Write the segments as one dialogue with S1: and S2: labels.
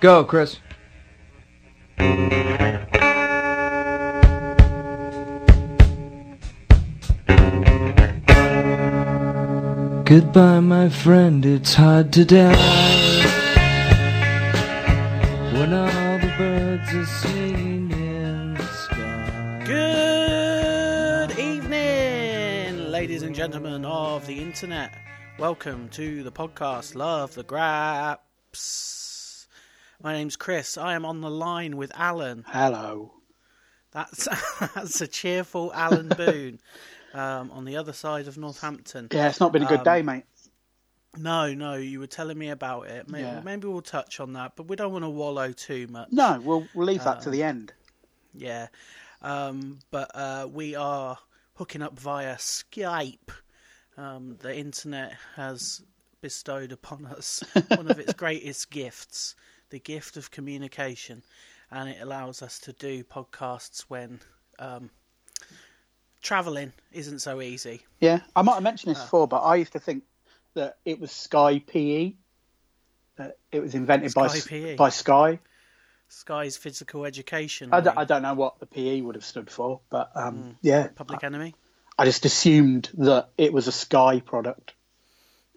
S1: Go, Chris. Goodbye, my friend, it's hard to die. When all the birds are singing in the sky.
S2: Good evening, ladies and gentlemen of the internet. Welcome to the podcast Love the Graps. My name's Chris. I am on the line with Alan.
S3: Hello.
S2: That's that's a cheerful Alan Boone um, on the other side of Northampton.
S3: Yeah, it's not been a good
S2: Um,
S3: day, mate.
S2: No, no, you were telling me about it. Maybe,
S3: Yeah.
S2: maybe we'll touch on that, but we don't want to wallow too much.
S3: No, we'll, we'll leave that to the end.
S2: Yeah. Um, but uh, we are hooking up via Skype. Um, the internet has bestowed upon us one of its greatest gifts the gift of communication. And it allows us to do podcasts when um, traveling isn't so easy.
S3: Yeah, Uh. I might have mentioned this before, but I used to think that it was Sky PE. That it was invented by
S2: Sky
S3: S-
S2: PE.
S3: by Sky.
S2: Sky's physical education.
S3: I don't,
S2: wing,
S3: I don't know what the PE would have stood for, but um, yeah,
S2: Public enemy.
S3: I just assumed that it was a Sky product.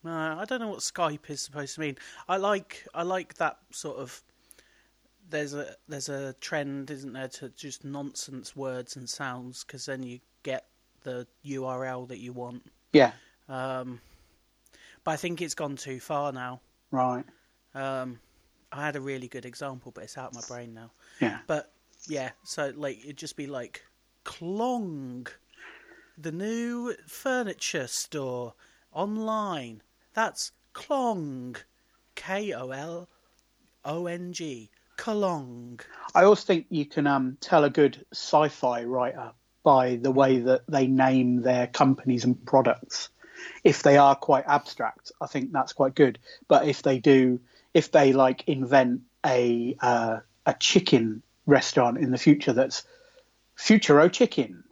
S2: No, I don't know what Skype is supposed to mean. I like I like that sort of there's a there's a trend, isn't there, to just nonsense words and sounds because then you get the URL that you want.
S3: Yeah,
S2: Um, but I think it's gone too far now.
S3: right.
S2: Um, I had a really good example, but it's out of my brain now.
S3: Yeah,
S2: But yeah, so like it'd just be like Clong, the new furniture store online. That's Clong, K O L O N G, Clong.
S3: I also think you can um, tell a good sci-fi writer by the way that they name their companies and products. If they are quite abstract, I think that's quite good. But if they do, if they like invent a uh, a chicken restaurant in the future that's Futuro Chicken,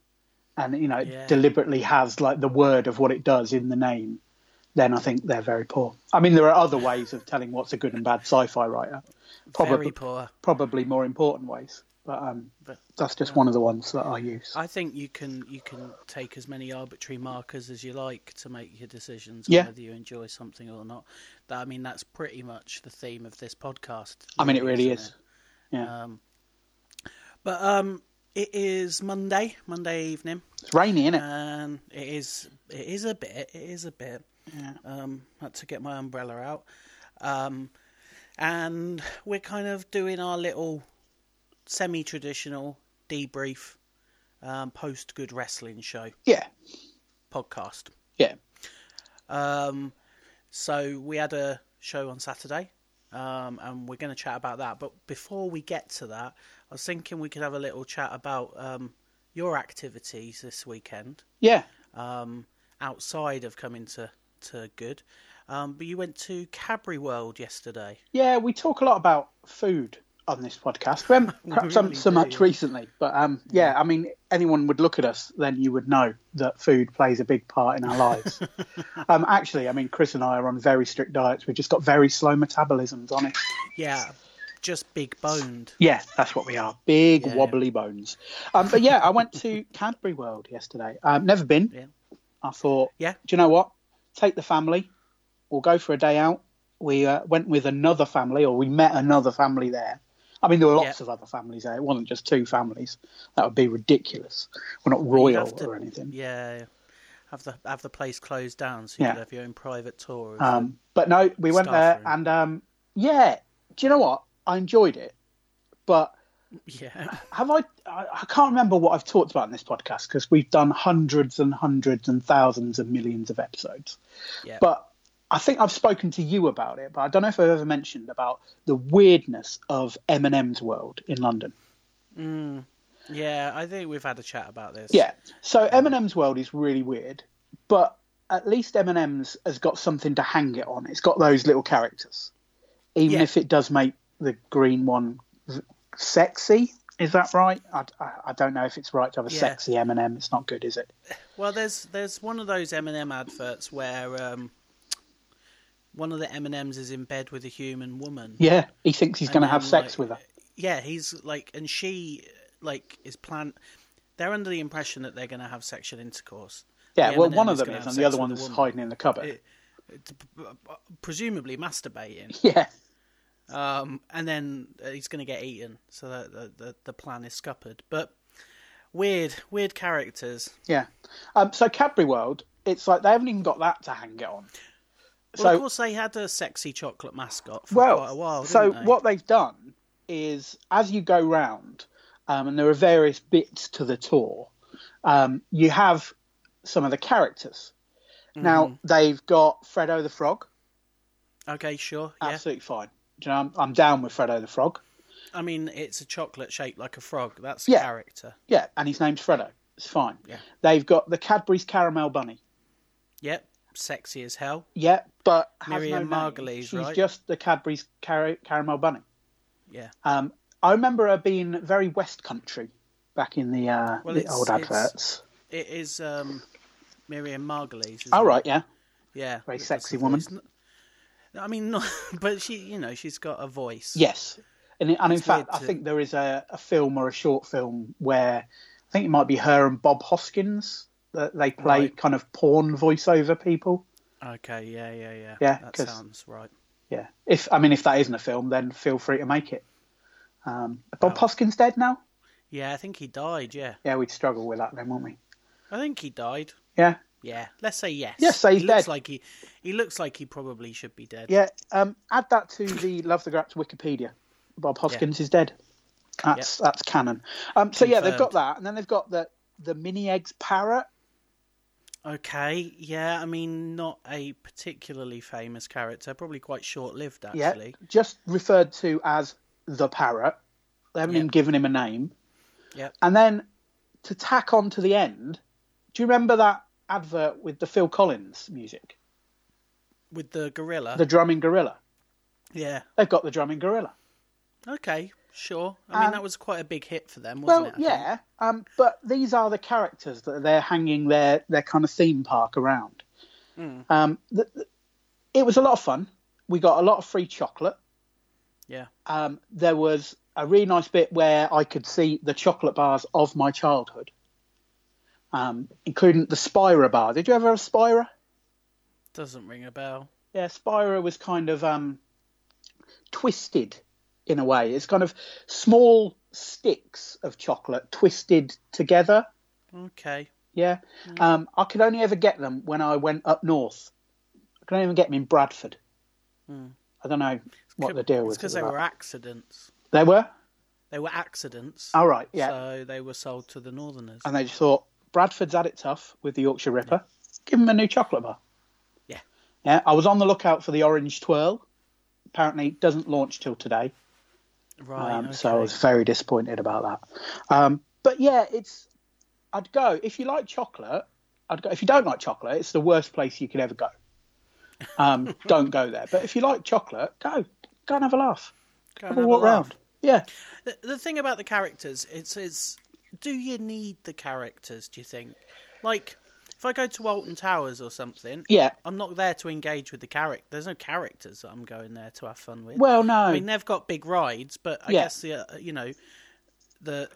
S3: and you know it
S2: Yeah.
S3: deliberately has like the word of what it does in the name, then I think they're very poor. I mean, there are other ways of telling what's a good and bad sci-fi writer.
S2: Very poor.
S3: probably more important ways. But um,
S2: But
S3: that's just one of the ones that I use.
S2: I think you can you can take as many arbitrary markers as you like to make your decisions on
S3: Yeah.
S2: whether you enjoy something or not. That, I mean, that's pretty much the theme of this podcast.
S3: I mean, it really
S2: isn't
S3: is. Yeah,
S2: Um, but um, it is Monday, Monday evening,
S3: it's rainy, isn't it?
S2: uh, and Um, it is it is a bit, it is a bit.
S3: Yeah.
S2: Um, had to get my umbrella out, um, and we're kind of doing our little semi-traditional debrief um, post good wrestling show
S3: yeah,
S2: podcast.
S3: yeah,
S2: Um, so we had a show on Saturday, um, and we're going to chat about that. But before we get to that, I was thinking we could have a little chat about um, your activities this weekend
S3: yeah.
S2: um, outside of coming to to good. Um, but you went to Cadbury World yesterday.
S3: Yeah, we talk a lot about food on this podcast. We haven't perhaps haven't so
S2: really do.
S3: much recently, but um, yeah, I mean, anyone would look at us, then you would know that food plays a big part in our lives. um, actually, I mean, Chris and I are on very strict diets. We've just got very slow metabolisms on it.
S2: Yeah, just big boned.
S3: Yeah, that's what we are. Big
S2: Yeah.
S3: wobbly bones. Um, but yeah, I went to Cadbury World yesterday. Um, never been.
S2: Yeah.
S3: I thought,
S2: Yeah.
S3: do you know what? Take the family. We'll go for a day out. We uh, went with another family, or we met another family there. I mean, there were lots
S2: Yeah.
S3: of other families there. It wasn't just two families. That would be ridiculous. We're not
S2: You'd
S3: royal
S2: have to-
S3: or anything.
S2: Yeah, have the have the place closed down so you
S3: Yeah.
S2: could have your own private tour. of the-
S3: Um, but no, we went
S2: Staff
S3: there,
S2: room.
S3: and um, yeah, do you know what? I enjoyed it, but
S2: yeah,
S3: have I, I? I can't remember what I've talked about in this podcast because we've done hundreds and hundreds and thousands and millions of episodes.
S2: yeah.
S3: But I think I've spoken to you about it, but I don't know if I've ever mentioned about the weirdness of Eminem's world in London.
S2: Yeah, I think we've had a chat about this.
S3: Yeah. So Eminem's world is really weird, but at least Eminem's has got something to hang it on. It's got those little characters, even
S2: Yeah.
S3: if it does make the green one v- sexy. Is that right? I, I, I don't know if it's right to have a
S2: Yeah.
S3: sexy Eminem. It's not good, is it?
S2: Well, there's there's one of those M&M adverts where um, one of the M and M's is in bed with a human woman.
S3: Yeah, he thinks he's
S2: And
S3: going to
S2: then,
S3: have sex
S2: like,
S3: with her.
S2: Yeah, he's like, and she like is plan. They're under the impression that they're going to have sexual intercourse.
S3: Yeah,
S2: The
S3: well,
S2: M&M
S3: one of them
S2: gonna
S3: is,
S2: have
S3: and the
S2: sex
S3: other
S2: with
S3: one's
S2: woman.
S3: hiding in the cupboard.
S2: It- presumably masturbating.
S3: yeah,
S2: Um, and then uh, he's going to get eaten. So the, the the the plan is scuppered. But weird, weird characters.
S3: yeah. Um, so Cadbury World, it's like they haven't even got that to hang it on.
S2: Well, of course they had a sexy chocolate mascot for
S3: well,
S2: quite a while. didn't
S3: so
S2: they?
S3: what they've done is, as you go round, um, and there are various bits to the tour, um, you have some of the characters.
S2: Mm-hmm.
S3: Now they've got Fredo the Frog.
S2: Okay, sure. Yeah.
S3: Absolutely fine. Do you know, I'm, I'm down with Fredo the Frog.
S2: I mean, it's a chocolate shaped like a frog. That's
S3: Yeah.
S2: character.
S3: Yeah, and his name's Fredo. It's fine.
S2: Yeah.
S3: They've got the Cadbury's Caramel Bunny.
S2: Yep. Sexy as hell.
S3: Yeah, but has
S2: Miriam
S3: no name.
S2: Margolyes,
S3: She's
S2: right?
S3: just the Cadbury's Car- Caramel Bunny.
S2: Yeah.
S3: Um, I remember her being very West Country back in the, uh,
S2: Well,
S3: the
S2: it's-
S3: old
S2: it's-
S3: adverts.
S2: It is um, Miriam Margolyes. isn't
S3: All
S2: it?
S3: Oh, right, yeah.
S2: Yeah.
S3: Very
S2: That's
S3: sexy
S2: the-
S3: woman.
S2: it's n- I mean, not, but she, you know, she's got a voice.
S3: Yes. And, and in fact,
S2: weird
S3: I
S2: to-
S3: think there is a, a film or a short film where I think it might be her and Bob Hoskins that they play
S2: Right.
S3: kind of porn voiceover people.
S2: Okay. Yeah. Yeah. Yeah.
S3: Yeah,
S2: That
S3: 'cause-
S2: sounds right.
S3: Yeah. If I mean, if that isn't a film, then feel free to make it. Um, Bob Hoskins dead now?
S2: Yeah, I think he died. Yeah.
S3: Yeah, we'd struggle with that then, wouldn't we?
S2: I think he died.
S3: Yeah.
S2: Yeah. Let's say yes.
S3: Yes, so he's
S2: he looks
S3: dead.
S2: like he, he looks like he probably should be dead.
S3: Yeah. Um, add that to the Love the Graps Wikipedia. Bob Hoskins is dead. That's that's canon. Um, so yeah, they've got
S2: Confirmed.
S3: that, and then they've got the the mini eggs parrot.
S2: Okay, yeah, I mean, not a particularly famous character, probably quite short lived,
S3: Yeah,
S2: actually.
S3: just referred to as the parrot. They haven't even given him a name.
S2: Yeah.
S3: And then to tack on to the end, do you remember that advert with the Phil Collins music,
S2: With the gorilla.
S3: the drumming gorilla?
S2: Yeah,
S3: They've got the drumming gorilla.
S2: okay, sure. I mean,
S3: Um,
S2: that was quite a big hit for them, wasn't
S3: Well,
S2: it? I think?
S3: yeah, um, but these are the characters that they're hanging their, their kind of theme park around.
S2: Hmm.
S3: Um, th- th- it was a lot of fun. We got a lot of free chocolate.
S2: Yeah.
S3: Um, there was a really nice bit where I could see the chocolate bars of my childhood, um, including the Spira bar. Did you ever have Spira?
S2: Doesn't ring a bell.
S3: Yeah, Spira was kind of um, twisted in a way. It's kind of small sticks of chocolate twisted together.
S2: Okay.
S3: Yeah.
S2: Mm.
S3: Um, I could only ever get them when I went up north. I could only even get them in Bradford.
S2: Mm.
S3: I don't know what the deal was.
S2: Because they were accidents.
S3: They were?
S2: They were accidents.
S3: All Oh, right, yeah.
S2: So they were sold to the Northerners.
S3: And they just thought, Bradford's had it tough with the Yorkshire Ripper. Give him a new chocolate bar.
S2: Yeah.
S3: Yeah. I was on the lookout for the orange twirl. Apparently, it doesn't launch till today.
S2: Right.
S3: Um,
S2: okay.
S3: So I was very disappointed about that. Um, but yeah, it's. I'd go if you like chocolate. I'd go if you don't like chocolate. It's the worst place you could ever go. Um, don't go there. But if you like chocolate, go go and have a laugh.
S2: Go and
S3: Have a
S2: have a
S3: walk
S2: laugh.
S3: round. Yeah.
S2: The, the thing about the characters, it's, it's do you need the characters, do you think? Like, if I go to Walton Towers or something,
S3: Yeah.
S2: I'm not there to engage with the character. There's no characters that I'm going there to have fun with.
S3: Well, no.
S2: I mean they've got big rides, but I
S3: Yeah.
S2: guess the uh, you know the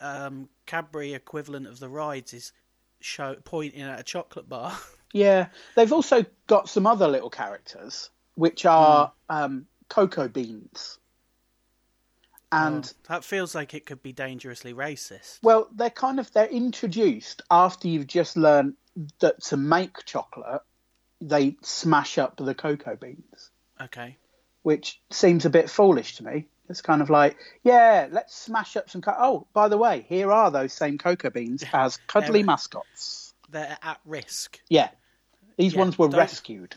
S2: um, Cadbury equivalent of the rides is show pointing at a chocolate bar.
S3: Yeah, they've also got some other little characters, which are
S2: Hmm.
S3: um, cocoa beans, and
S2: that feels like it could be dangerously racist.
S3: well, they're kind of they're introduced after you've just learned that to make chocolate, they smash up the cocoa beans,
S2: Okay,
S3: which seems a bit foolish to me. It's kind of like, yeah, let's smash up some. Co- oh, by the way, here are those same cocoa beans as cuddly mascots.
S2: they're at risk.
S3: Yeah, these
S2: Yeah,
S3: ones were
S2: don't-
S3: rescued.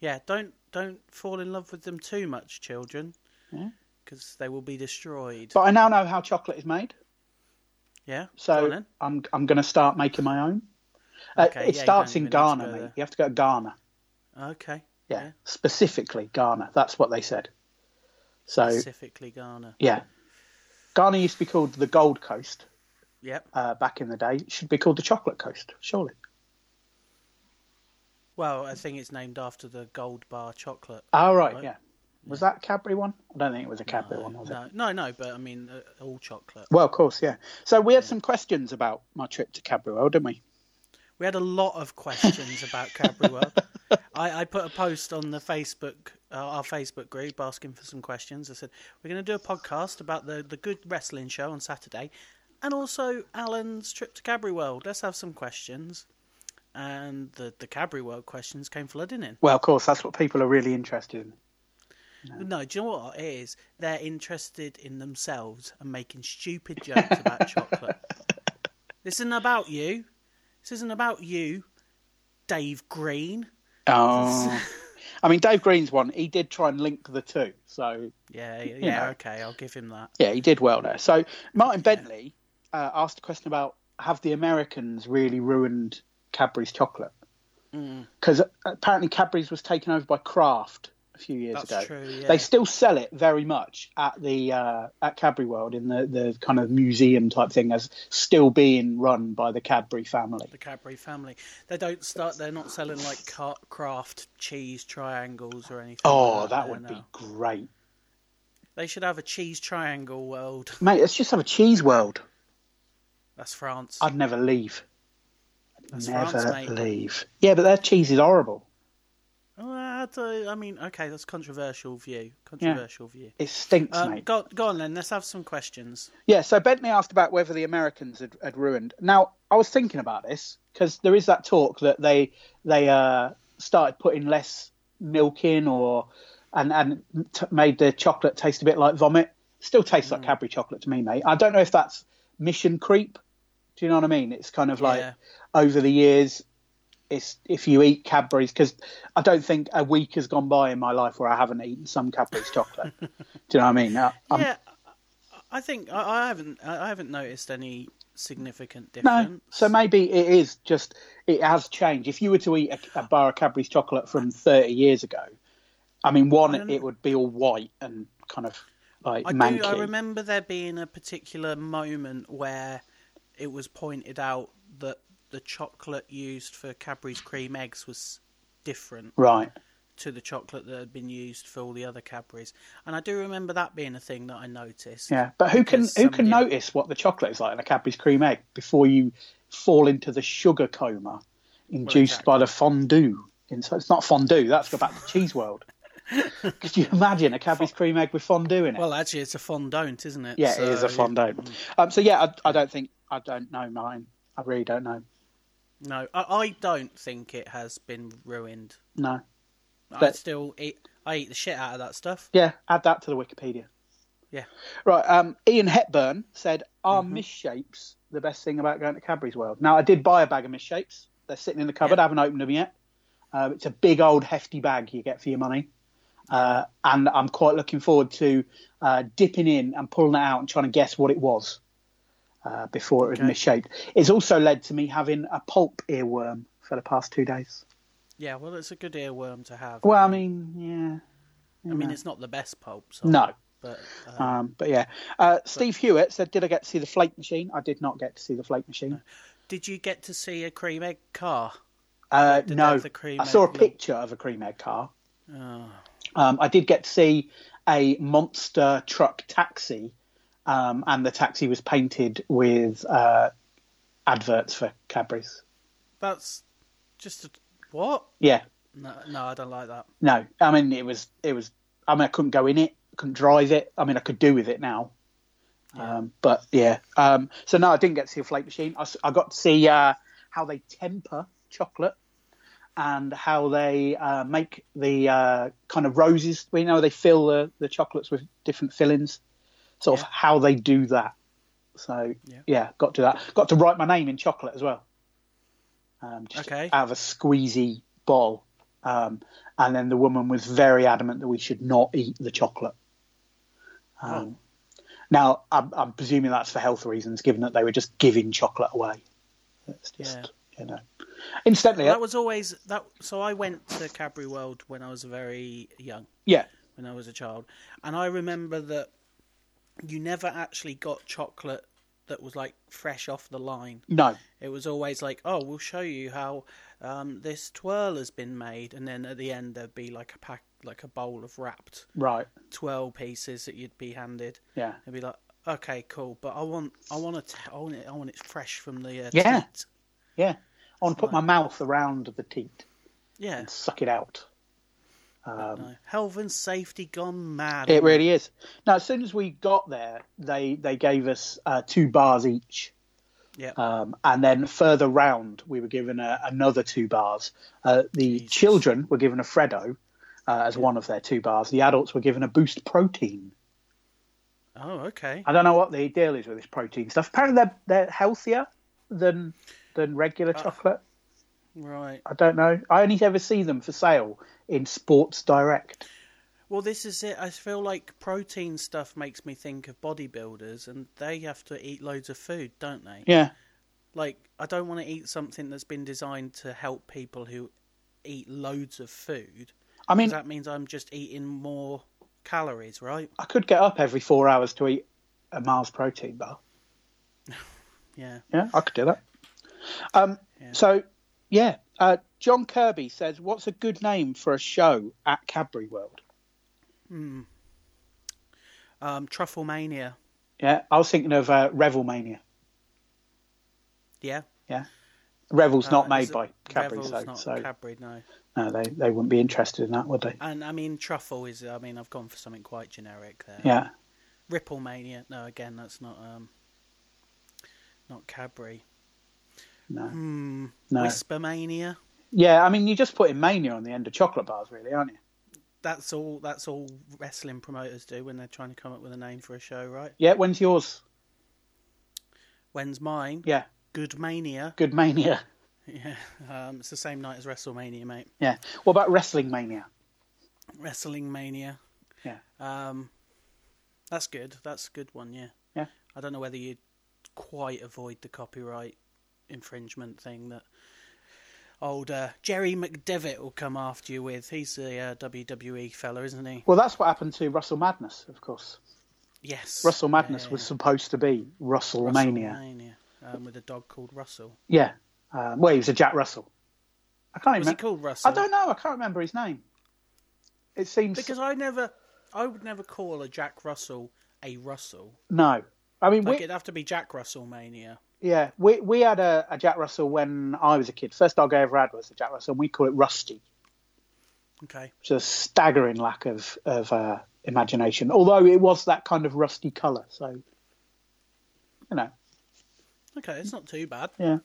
S2: Yeah, don't don't fall in love with them too much, children, because they will be destroyed.
S3: But I now know how chocolate is made.
S2: yeah, go on
S3: So
S2: then.
S3: I'm I'm going to start making my own. Uh,
S2: Okay,
S3: it
S2: yeah, you
S3: starts
S2: don't even
S3: in
S2: need to
S3: Ghana,
S2: go
S3: mate.
S2: there.
S3: You have to go to Ghana.
S2: okay,
S3: Yeah, specifically Ghana. That's what they said. So
S2: specifically Ghana.
S3: yeah, Ghana used to be called the Gold Coast
S2: Yep.
S3: uh, back in the day. It should be called the Chocolate Coast, surely.
S2: Well, I think it's named after the gold bar chocolate.
S3: All Ah, right,
S2: Right.
S3: yeah. Was that a Cadbury one? I don't think it was a Cadbury one, was it?
S2: No, no, no, but I mean uh, all chocolate.
S3: Well, of course, yeah. So we had some questions about my trip to Cadbury World, didn't we?
S2: We had a lot of questions about Cadbury World. I, I put a post on the Facebook, uh, our Facebook group, asking for some questions. I said we're going to do a podcast about the the good wrestling show on Saturday, and also Alan's trip to Cadbury World. Let's have some questions, and the the Cadbury World questions came flooding in.
S3: Well, of course, that's what people are really interested in.
S2: No, do you know what it is? They're interested in themselves and making stupid jokes about chocolate. This isn't about you. This isn't about you, Dave Green.
S3: Oh. I mean, Dave Green's one, he did try and link the two. So,
S2: Yeah, yeah,
S3: know.
S2: okay, I'll give him that.
S3: yeah, he did well there. So, Martin Bentley uh, asked a question about have the Americans really ruined Cadbury's chocolate?
S2: Mm.
S3: Because apparently Cadbury's was taken over by Kraft a few years
S2: That's
S3: ago.
S2: true, yeah.
S3: They still sell it very much at the uh, at Cadbury World in the, the kind of museum type thing as still being run by the Cadbury family.
S2: The Cadbury family. They don't start. They're not selling like car- craft cheese triangles or anything.
S3: Oh,
S2: like
S3: that
S2: there
S3: would be
S2: now.
S3: great.
S2: They should have a cheese triangle world.
S3: Mate, let's just have a cheese world.
S2: That's France.
S3: I'd never leave.
S2: That's
S3: never
S2: France, mate.
S3: leave. Yeah, but their cheese is horrible.
S2: Oh, I don't- I mean, okay, that's controversial view. Controversial view.
S3: It stinks,
S2: Um,
S3: mate.
S2: go, go on then. Let's have some questions.
S3: Yeah, so Bentley asked about whether the Americans had, had ruined. Now, I was thinking about this because there is that talk that they they uh, started putting less milk in or and and t- made the chocolate taste a bit like vomit. Still tastes like Cadbury chocolate to me, mate. I don't know if that's mission creep. Do you know what I mean? It's kind of like
S2: Yeah.
S3: over the years, it's if you eat Cadbury's because I don't think a week has gone by in my life where I haven't eaten some Cadbury's chocolate. Do you know what I mean? I, I'm-
S2: yeah, I think I, I haven't. I haven't noticed any significant difference.
S3: No, so maybe it is just it has changed. If you were to eat a, a bar of Cadbury's chocolate from thirty years ago, I mean, one it would be all white and kind of like
S2: I
S3: manky.
S2: do. I remember there being a particular moment where it was pointed out that the chocolate used for Cadbury's cream eggs was different
S3: Right,
S2: to the chocolate that had been used for all the other Cadbury's, and I do remember that being a thing that I noticed.
S3: yeah, but who can
S2: Because
S3: who can
S2: somebody-
S3: notice what the chocolate is like in a Cadbury's cream egg before you fall into the sugar coma induced by the fondue? And so it's not fondue. That's go back to cheese world. Could you imagine a Cadbury's cream egg with fondue in it?
S2: Well, actually, it's a fondant, isn't it?
S3: Yeah, it is
S2: So,
S3: a fondant. Um, so yeah, I, I don't think I don't know mine. I really don't know.
S2: No, I, I don't think it has been ruined.
S3: No.
S2: I
S3: But-
S2: still eat. I eat the shit out of that stuff.
S3: Yeah, add that to the Wikipedia.
S2: Yeah. Mm-hmm.
S3: Right. Um, Ian Hepburn said, "Are misshapes the best thing about going to Cadbury's World?" Now, I did buy a bag of misshapes. They're sitting in the cupboard.
S2: Yeah.
S3: I haven't opened them yet. Uh, it's a big old hefty bag you get for your money, uh, and I'm quite looking forward to uh, dipping in and pulling it out and trying to guess what it was uh, before it was misshaped. It's also led to me having a pulp earworm for the past two days.
S2: Yeah, well, it's a good earworm to have.
S3: Well, I mean, yeah.
S2: I mean, it's not the best pulp. So,
S3: No,
S2: but uh,
S3: Um, but yeah, uh, Steve Hewitt said, "Did I get to see the flake machine?" I did not get to see the flake machine.
S2: did you get to see a cream egg car?
S3: Uh,
S2: Did they
S3: no,
S2: have the cream
S3: I saw a
S2: egg Oh. look?
S3: picture of a cream egg car. Um, I did get to see a monster truck taxi, um, and the taxi was painted with uh, adverts for Cadbury's.
S2: That's just a, what?
S3: Yeah,
S2: No, no, I don't like that.
S3: no, I mean it was it was. I mean I couldn't go in it, couldn't drive it. I mean I could do with it now, um, but yeah. Um, so no, I didn't get to see a flake machine. I, s- I got to see uh, how they temper chocolate and how they uh, make the uh, kind of roses. We know they fill the, the chocolates with different fillings. Sort of how they do that. So yeah. got to that. Got to write my name in chocolate as well. Um, just
S2: Okay.
S3: out of a squeezy bowl. Um, and then the woman was very adamant that we should not eat the chocolate. Um, Now, I'm, I'm presuming that's for health reasons, given that they were just giving chocolate away. It's just, you know. Incidentally,
S2: That was always that. So I went to Cadbury World when I was very young,
S3: yeah,
S2: when I was a child, and I remember that you never actually got chocolate that was like fresh off the line.
S3: no,
S2: It was always like, oh, we'll show you how um, this twirl has been made, and then at the end there'd be like a pack, like a bowl of wrapped
S3: Right.
S2: twirl pieces that you'd be handed.
S3: Yeah.
S2: And be like, okay, cool, but I want, I want it, I want it, I want it fresh from the uh,
S3: Yeah.
S2: teat."
S3: Yeah. I want to put my mouth around the teat
S2: yeah.
S3: and suck it out.
S2: no. Health and safety gone mad.
S3: It really is. Now, as soon as we got there, they they gave us uh, two bars each,
S2: Yeah.
S3: um, and then further round we were given a, another two bars. Uh, the children were given a Freddo uh, as one of their two bars. The adults were given a Boost protein.
S2: oh, okay.
S3: I don't know what the deal is with this protein stuff. Apparently, they're they're healthier than than regular chocolate.
S2: Right.
S3: I don't know. I only ever see them for sale in Sports Direct.
S2: Well, this is it. I feel like protein stuff makes me think of bodybuilders, and they have to eat loads of food, don't they?
S3: Yeah,
S2: Like, I don't want to eat something that's been designed to help people who eat loads of food.
S3: I mean,
S2: 'cause that means I'm just eating more calories, right?
S3: I could get up every four hours to eat a Mars protein bar.
S2: Yeah.
S3: Yeah, I could do that. Um, So, yeah, uh, John Kirby says, "What's a good name for a show at Cadbury World?"
S2: Um, truffle mania.
S3: Yeah, I was thinking of uh, Revelmania.
S2: Yeah.
S3: Yeah, Revel's not
S2: Uh,
S3: made
S2: is it-
S3: by Cadbury,
S2: Revel's
S3: so,
S2: not
S3: so
S2: Cadbury, no.
S3: no, they they wouldn't be interested in that, would they?
S2: And I mean, truffle is. I mean, I've gone for something quite generic there.
S3: Yeah,
S2: Ripple Mania. No, again, that's not um, not Cadbury.
S3: no,
S2: Hmm.
S3: no.
S2: Whisper Mania.
S3: yeah, I mean, you're just putting mania on the end of chocolate bars, really, aren't you?
S2: That's all. That's all wrestling promoters do when they're trying to come up with a name for a show, right?
S3: Yeah, when's yours?
S2: When's mine?
S3: Yeah,
S2: Good Mania.
S3: good mania.
S2: Yeah. Um, it's the same night as WrestleMania, mate.
S3: Yeah. What about Wrestling Mania?
S2: Wrestling Mania.
S3: Yeah.
S2: Um, that's good. That's a good one. Yeah.
S3: Yeah.
S2: I don't know whether you'd quite avoid the copyright infringement thing that old uh, Jerry McDevitt will come after you with. He's the uh, WWE fella, isn't he?
S3: Well, that's what happened to Russell Madness, of course.
S2: Yes.
S3: Russell Madness
S2: Yeah,
S3: was supposed to be Russell
S2: yeah.
S3: Mania.
S2: WrestleMania, Um, with a dog called Russell.
S3: Yeah. Um, well, he was a Jack Russell. I can't
S2: Was he
S3: remember.
S2: called Russell?
S3: I don't know. I can't remember his name. It seems
S2: Because I never, I would never call a Jack Russell a Russell.
S3: no. I mean,
S2: Like
S3: we,
S2: it'd have to be Jack Russell Mania.
S3: yeah, we we had a, a Jack Russell when I was a kid. First dog I ever had was a Jack Russell, and we call it Rusty.
S2: Okay.
S3: It's a staggering lack of of uh, imagination. Although it was that kind of rusty colour, so you know,
S2: Okay, it's not too bad.
S3: Yeah.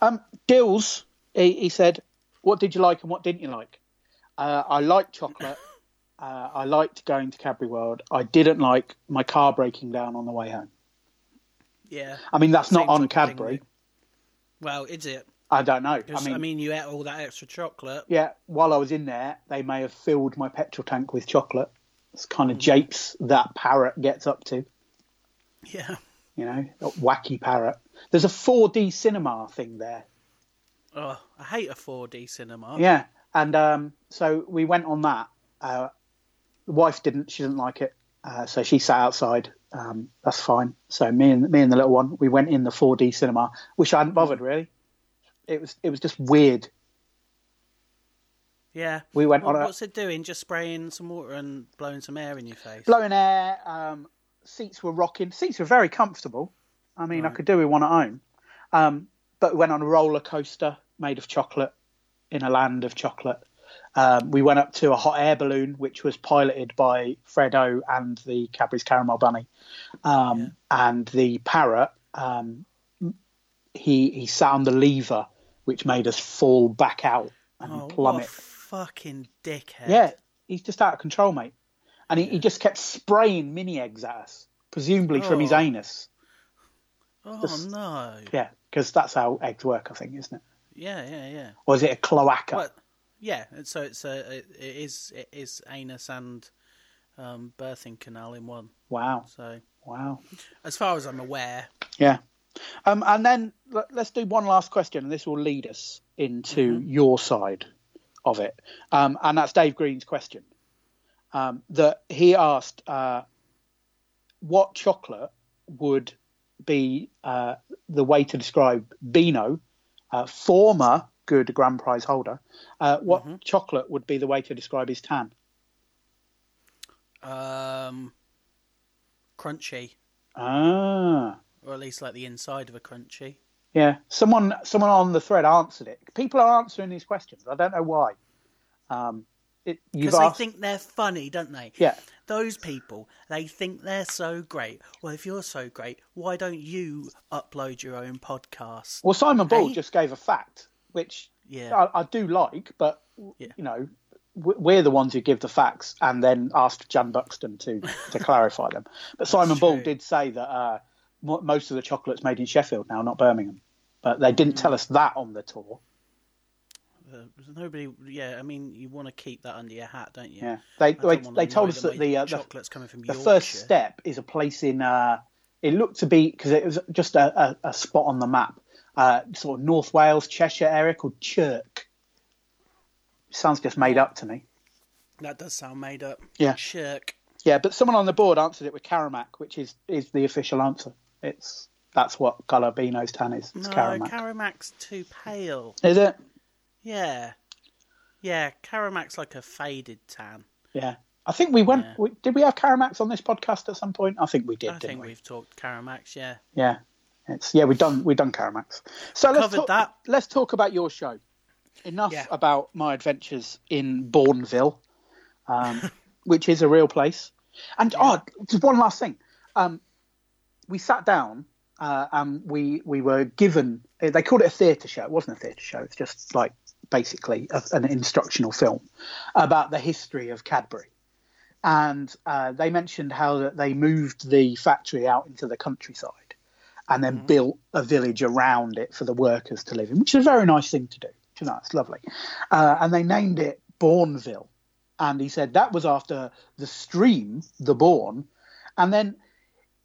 S3: Um, Dills, he, he said, what did you like and what didn't you like? Uh, I liked chocolate. uh, I liked going to Cadbury World. I didn't like my car breaking down on the way home.
S2: Yeah.
S3: I mean, that's not
S2: Seems
S3: on
S2: like a thing
S3: Cadbury.
S2: that- Well, is it?
S3: I don't know. I
S2: 'Cause,
S3: mean,
S2: I mean, you ate all that extra chocolate.
S3: yeah, while I was in there, they may have filled my petrol tank with chocolate. It's kind of
S2: Hmm.
S3: japes that parrot gets up to,
S2: Yeah.
S3: you know, that wacky parrot. There's a 4D cinema thing there.
S2: Oh, I hate a 4D cinema.
S3: Yeah, and um, so we went on that. Uh, the wife didn't; she didn't like it, uh, so she sat outside. Um, that's fine. So me and me and the little one, we went in the 4D cinema, which I hadn't bothered really. It was it was just weird.
S2: Yeah.
S3: We went
S2: Well,
S3: on a
S2: what's it doing? Just spraying some water and blowing some air in your face.
S3: blowing air. Um, seats were rocking. Seats were very comfortable. I mean, I could do with one at home. Um, but we went on a roller coaster made of chocolate in a land of chocolate. Um, we went up to a hot air balloon, which was piloted by Fredo and the Cadbury's Caramel Bunny. Um, And the parrot, um, he he sound the lever, which made us fall back out and
S2: oh, what
S3: plummet.
S2: a fucking dickhead.
S3: Yeah, he's just out of control, mate. And he, he just kept spraying mini eggs at us, presumably from his
S2: Oh.
S3: anus.
S2: Oh, no.
S3: Yeah, because that's how eggs work, I think, isn't it?
S2: Yeah, yeah, yeah.
S3: Or is it a cloaca?
S2: But yeah, and so it's a it it is it is anus and um, birthing canal in one.
S3: Wow,
S2: So
S3: wow.
S2: as far as I'm aware,
S3: Yeah. Um, and then let, let's do one last question, and this will lead us into your side of it. Um, and that's Dave Green's question um, that he asked uh, what chocolate would be uh, the way to describe Beano, uh, former good grand prize holder. Uh, what chocolate would be the way to describe his tan?
S2: Um, crunchy,
S3: Ah,
S2: or at least like the inside of a crunchy.
S3: yeah. Someone, someone on the thread answered it. People are answering these questions. I don't know why. Um, it, you've
S2: Because they
S3: asked,
S2: think they're funny, don't they?
S3: yeah.
S2: Those people, they think they're so great. Well, if you're so great, why don't you upload your own podcast?
S3: Well, Simon Ball
S2: Hey.
S3: just gave a fact, which
S2: Yeah.
S3: I, I do like, but
S2: Yeah.
S3: you know, w- we're the ones who give the facts and then asked Jan Buxton to to clarify them. But Simon Ball
S2: true.
S3: did say that uh, mo most of the chocolate's made in Sheffield now, not Birmingham. But they didn't
S2: Mm.
S3: tell us that on the tour.
S2: Uh, nobody, yeah, I mean, you want to keep that under your hat, don't you?
S3: Yeah, they
S2: I
S3: they,
S2: don't wanna
S3: they told
S2: know
S3: us that
S2: my
S3: the uh, the,
S2: chocolate's coming from
S3: the
S2: Yorkshire.
S3: first step is a place in. Uh, it looked to be because it was just a, a, a spot on the map, uh, sort of North Wales, Cheshire area called Chirk. Sounds just made up to me.
S2: That does sound made up.
S3: Yeah.
S2: Shirk.
S3: Yeah, but someone on the board answered it with Karamak, which is is the official answer. It's that's what colour Beano's tan is. It's
S2: No,
S3: Karamak.
S2: Karamak's too pale.
S3: is it?
S2: Yeah. Yeah, Karamak's like a faded tan.
S3: Yeah. I think we went.
S2: Yeah.
S3: We, did we have Karamaks on this podcast at some point? I think we did.
S2: I
S3: didn't
S2: think
S3: we?
S2: we've talked Karamak's, yeah.
S3: Yeah. It's yeah. We've done we've done Karamaks. So let's
S2: Covered
S3: talk,
S2: that.
S3: Let's talk about your show. Enough
S2: Yeah.
S3: about my adventures in Bourneville, um, which is a real place. And oh, just one last thing. Um, we sat down uh, and we we were given. They called it a theatre show. It wasn't a theatre show. It's just like basically a, an instructional film about the history of Cadbury. And uh, they mentioned how that they moved the factory out into the countryside and then built a village around it for the workers to live in, which is a very nice thing to do. You know, it's lovely. Uh, and they named it Bourneville. And he said that was after the stream, the Bourne. And then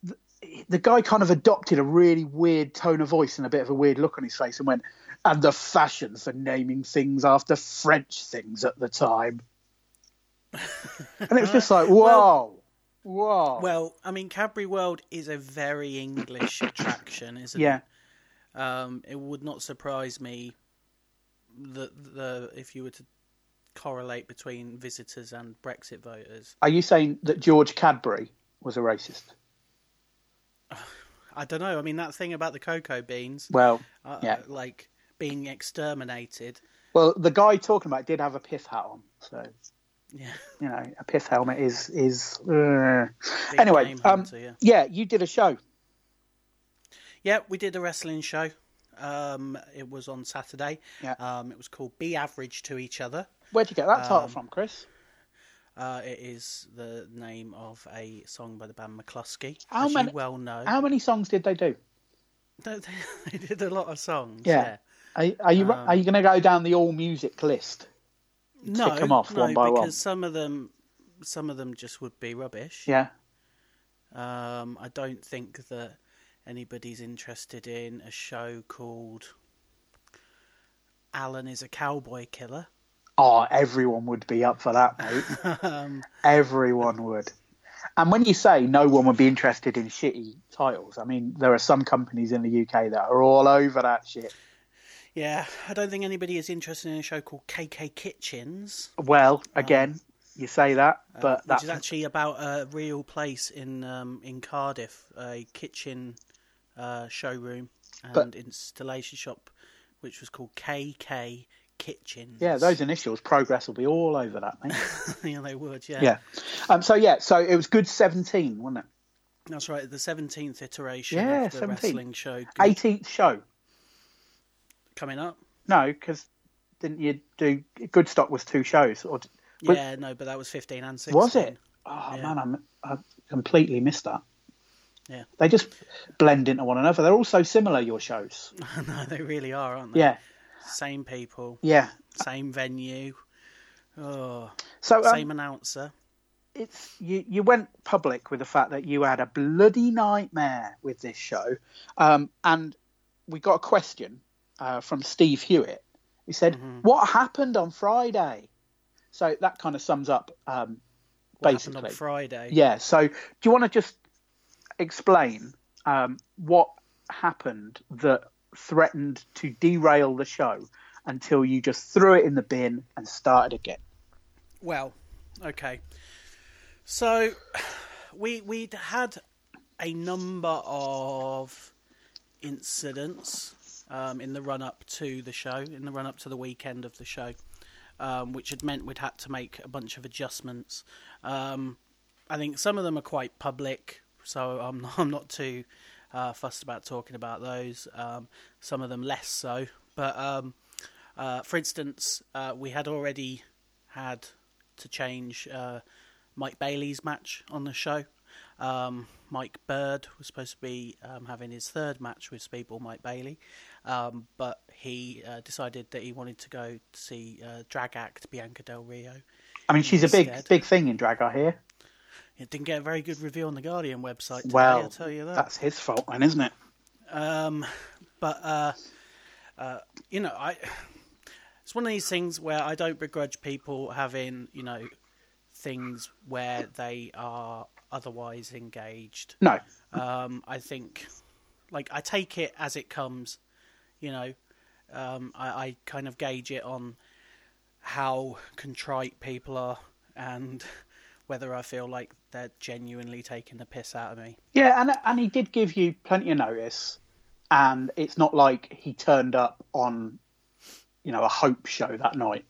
S3: th- the guy kind of adopted a really weird tone of voice and a bit of a weird look on his face and went, and the fashion for naming things after French things at the time. and it was just like, whoa, whoa.
S2: Well, I mean, Cadbury World is a very English attraction, isn't
S3: yeah.
S2: it? Um, it would not surprise me that the if you were to correlate between visitors and Brexit voters.
S3: Are you saying that George Cadbury was a racist?
S2: I don't know. I mean, that thing about the cocoa beans,
S3: Well,
S2: uh,
S3: yeah.
S2: like being exterminated.
S3: Well, the guy talking about it did have a pith hat on, so
S2: Yeah.
S3: you know, a pith helmet is is. uh.
S2: big
S3: Anyway,
S2: name
S3: um,
S2: hunter, yeah.
S3: yeah, you did a show.
S2: Yeah, we did a wrestling show. Um, it was on Saturday.
S3: Yeah.
S2: Um, it was called "Be Average to Each Other."
S3: Where'd you get that
S2: Um,
S3: title from, Chris?
S2: Uh, it is the name of a song by the band McCluskey,
S3: How
S2: as you
S3: many-
S2: well know.
S3: How many songs did they do?
S2: They, they did a lot of songs.
S3: Yeah.
S2: Yeah.
S3: Are, are you
S2: Um,
S3: are you going to go down the all music list?
S2: No,
S3: Tick 'em off
S2: no,
S3: one by
S2: because
S3: one.
S2: some of them, some of them just would be rubbish.
S3: Yeah,
S2: Um, I don't think that anybody's interested in a show called "Alan is a Cowboy Killer."
S3: Oh, everyone would be up for that, mate.
S2: Um,
S3: everyone would. And when you say no one would be interested in shitty titles, I mean there are some companies in the UK that are all over that shit.
S2: Yeah, I don't think anybody is interested in a show called KK Kitchens,
S3: Well, again, you say that, but
S2: Oh. which
S3: Oh, that's
S2: is actually about a real place in um, in Cardiff, a kitchen uh, showroom and
S3: But-
S2: installation shop, which was called KK Kitchens.
S3: yeah, those initials progress will be all over that, mate.
S2: yeah, they would. Yeah.
S3: yeah. Um. So yeah, so it was good seventeen, wasn't it?
S2: that's right. The seventeenth iteration
S3: Yeah,
S2: of the
S3: 17th.
S2: wrestling show g-
S3: Eighteenth show.
S2: coming up.
S3: No, because didn't you do good stock was two shows or d- But-
S2: Yeah, no, but that was fifteen and sixteen.
S3: was it? Oh man, I'm, I completely missed that.
S2: Yeah.
S3: They just blend into one another. They're all so similar. Your shows.
S2: no, they really are, aren't they?
S3: Yeah.
S2: Same people,
S3: Yeah.
S2: same venue. Oh,
S3: So um,
S2: same announcer.
S3: it's you, you went public with the fact that you had a bloody nightmare with this show um, and we got a question uh, from steve hewitt he said
S2: Mm-hmm.
S3: what happened on friday so that kind of sums up um,
S2: what
S3: basically
S2: happened on Friday.
S3: yeah so do you want to just explain um, what happened that threatened to derail the show until you just threw it in the bin and started again.
S2: Well, okay. So we we'd had a number of incidents um, in the run up to the show, in the run up to the weekend of the show, um, which had meant we'd had to make a bunch of adjustments. Um, I think some of them are quite public, so I'm not, I'm not too uh, fussed about talking about those. Um, some of them less so, but um, uh, for instance, uh, we had already had to change uh, Mike Bailey's match on the show. Um, Mike Bird was supposed to be um, having his third match with Speedball Mike Bailey, um, but he uh, decided that he wanted to go to see uh, drag act Bianca Del Rio.
S3: I mean, she's a big,
S2: Instead.
S3: big thing in drag, I hear.
S2: It didn't get a very good review on the Guardian website today, I'll
S3: Well,
S2: tell you that.
S3: that's his fault, then, isn't it?
S2: Um, but uh, uh, you know, I it's one of these things where I don't begrudge people having you know things where they are otherwise engaged.
S3: No,
S2: Um, I think, like, I take it as it comes. You know, um, I, I kind of gauge it on how contrite people are and whether I feel like they're genuinely taking the piss out of me.
S3: Yeah, and and he did give you plenty of notice, and it's not like he turned up on, you know, a hope show that night.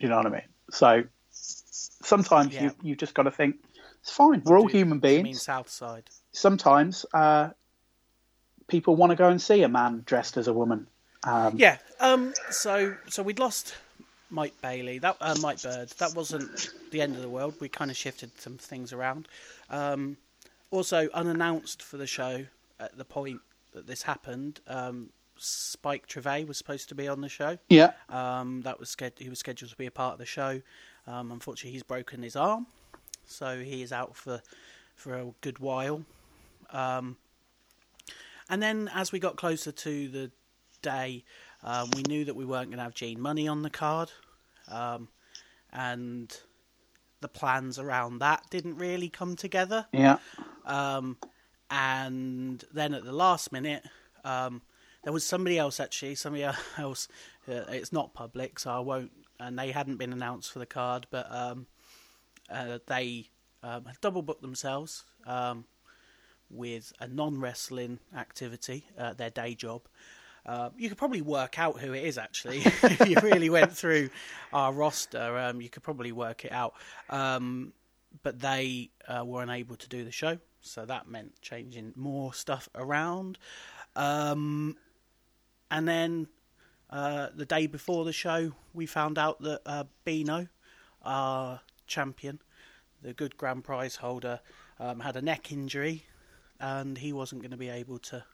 S3: You know what I mean? So sometimes
S2: Yeah.
S3: you you just got to think it's fine. We're all human
S2: I mean,
S3: beings.
S2: Southside.
S3: Sometimes uh, people want to go and see a man dressed as a woman. Um,
S2: Yeah. Um. So so we'd lost Mike Bailey. That uh, Mike Bird. That wasn't the end of the world. We kind of shifted some things around. Um. Also unannounced for the show at the point that this happened. Um. Spike Trevay was supposed to be on the show.
S3: yeah.
S2: Um, that was sched- he was scheduled to be a part of the show. Um, unfortunately, he's broken his arm, so he is out for for a good while. Um, and then, as we got closer to the day, um, we knew that we weren't going to have Gene Money on the card, um, and the plans around that didn't really come together.
S3: Yeah.
S2: Um, and then at the last minute, um, there was somebody else actually, somebody else. Uh, it's not public, so I won't. And they hadn't been announced for the card, but um, uh, they um, had double booked themselves um, with a non wrestling activity, uh, their day job. Uh, you could probably work out who it is actually if you really went through our roster. Um, you could probably work it out. Um, but they uh, were unable to do the show, so that meant changing more stuff around. Um, and then uh, the day before the show, we found out that uh, Bino, our champion, the good grand prize holder, um, had a neck injury, and he wasn't going to be able to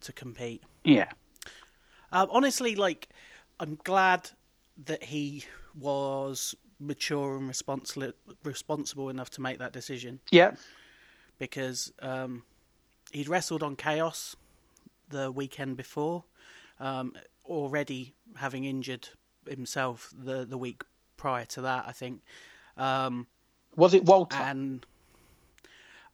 S2: to compete.
S3: Yeah.
S2: Um, honestly, like, I'm glad that he was mature and responsible responsible enough to make that decision
S3: Yeah.
S2: because um, he'd wrestled on Chaos the weekend before, um, already having injured himself the the week prior to that, I think. Um,
S3: Was it Walter?
S2: and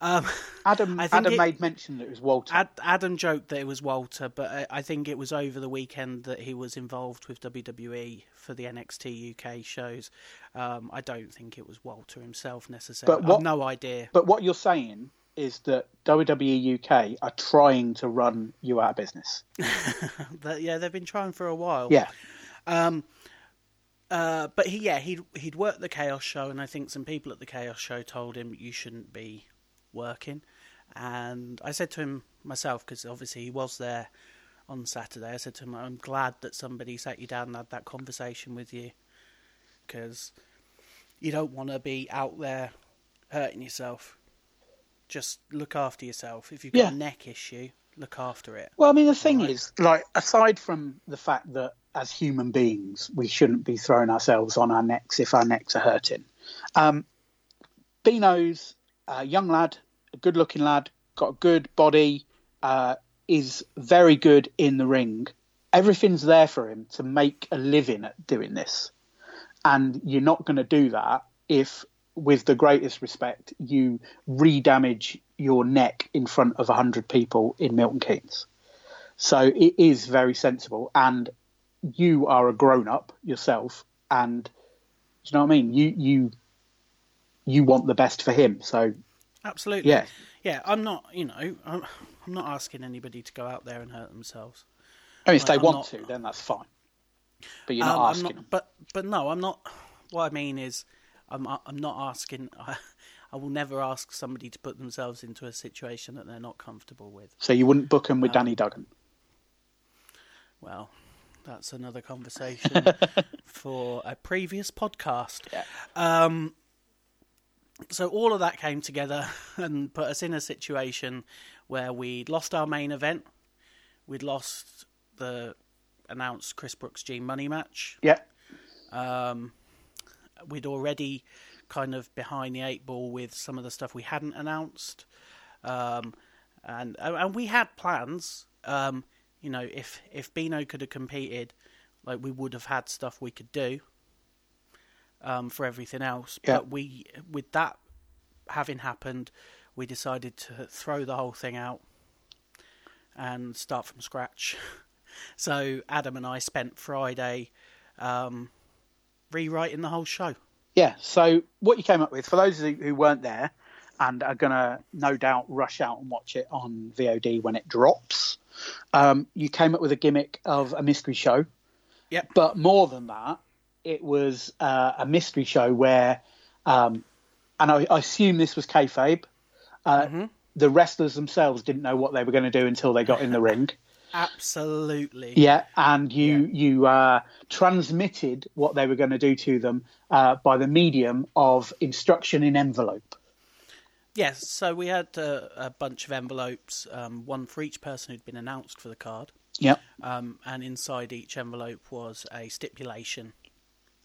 S2: um,
S3: Adam.
S2: I think
S3: Adam
S2: it-
S3: made mention that it was Walter.
S2: Ad, Adam joked that it was Walter, but I, I think it was over the weekend that he was involved with WWE for the NXT UK shows. Um, I don't think it was Walter himself necessarily.
S3: But what-
S2: I've no idea.
S3: But what you're saying is that WWE UK are trying to run you out of business.
S2: That- yeah, they've been trying for a while.
S3: Yeah,
S2: Uh, but he, yeah, he'd he'd worked the Chaos show, and I think some people at the Chaos show told him you shouldn't be working. And I said to him myself, because obviously he was there on Saturday. I said to him, "I'm glad that somebody sat you down and had that conversation with you, because you don't want to be out there hurting yourself. Just look after yourself. If you've got
S3: Yeah.
S2: a neck issue, look after it.
S3: Well, I mean, the thing is, like, aside from the fact that as human beings, we shouldn't be throwing ourselves on our necks if our necks are hurting. Um, Bino's a young lad, a good looking lad, got a good body, uh, is very good in the ring. Everything's there for him to make a living at doing this. And you're not going to do that if, with the greatest respect, you re-damage your neck in front of 100 people in Milton Keynes. So it is very sensible. And you are a grown up yourself, and do you know what I mean. You you you want the best for him, so
S2: Absolutely.
S3: yeah,
S2: Yeah, I'm not, you know, I'm, I'm not asking anybody to go out there and hurt themselves.
S3: I mean, if
S2: Right,
S3: they
S2: I'm
S3: want
S2: not-
S3: to, then that's fine. But you're not
S2: Um, I'm
S3: asking
S2: not-
S3: them.
S2: but but no, I'm not. What I mean is, I'm I'm not asking. I, I will never ask somebody to put themselves into a situation that they're not comfortable with.
S3: So you wouldn't book him with Danny Duggan.
S2: Well, that's another conversation for a previous podcast. Um, so all of that came together and put us in a situation where we'd lost our main event, we'd lost the announced Chris Brooks Gene Money match,
S3: Yeah,
S2: we'd already kind of behind the eight ball with some of the stuff we hadn't announced, um, and and we had plans. Um, you know, if if Bino could have competed, like we would have had stuff we could do um, for everything else.
S3: Yeah.
S2: But we, with that having happened, we decided to throw the whole thing out and start from scratch. so Adam and I spent Friday um, rewriting the whole show.
S3: yeah. So what you came up with for those who who weren't there and are gonna no doubt rush out and watch it on VOD when it drops, um, you came up with a gimmick of a mystery show.
S2: Yep.
S3: But more than that, it was uh, a mystery show where, um, and I, I assume this was kayfabe. Uh, The wrestlers themselves didn't know what they were going to do until they got in the ring.
S2: Absolutely.
S3: Yeah, and you you uh, transmitted what they were going to do to them uh, by the medium of instruction in envelope.
S2: Yes. So we had a, a bunch of envelopes, um, one for each person who'd been announced for the card,
S3: Yep.
S2: um, and inside each envelope was a stipulation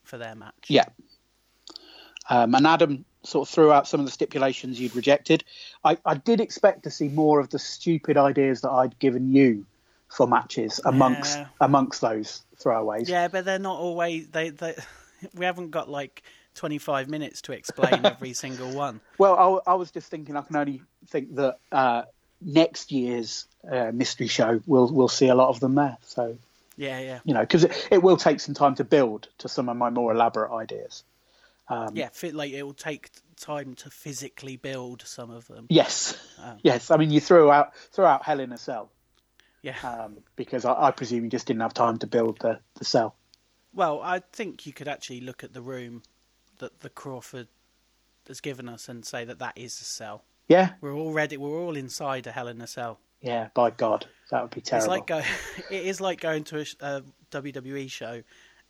S2: for their match.
S3: Yeah. Um, and Adam sort of threw out some of the stipulations you'd rejected. I, I did expect to see more of the stupid ideas that I'd given you for matches amongst
S2: Yeah.
S3: amongst those throwaways.
S2: Yeah, but they're not always they. they we haven't got like twenty five minutes to explain every single one.
S3: Well, I, I was just thinking I can only think that uh, next year's uh, mystery show we'll we'll see a lot of them there. So
S2: Yeah, yeah,
S3: you know, because it, it will take some time to build to some of my more elaborate ideas. Um,
S2: yeah. Fit like it will take time to physically build some of them.
S3: Yes, yes. I mean, you threw out threw out Hell in a Cell.
S2: Yeah.
S3: um, because I, I presume you just didn't have time to build the, the cell.
S2: Well, I think you could actually look at the room that the Crawford has given us and say that that is a cell.
S3: Yeah,
S2: We're already we're all inside a Hell in a Cell.
S3: yeah. By God, that would be
S2: It's
S3: terrible.
S2: like go, it is like going to a, sh- a WWE show,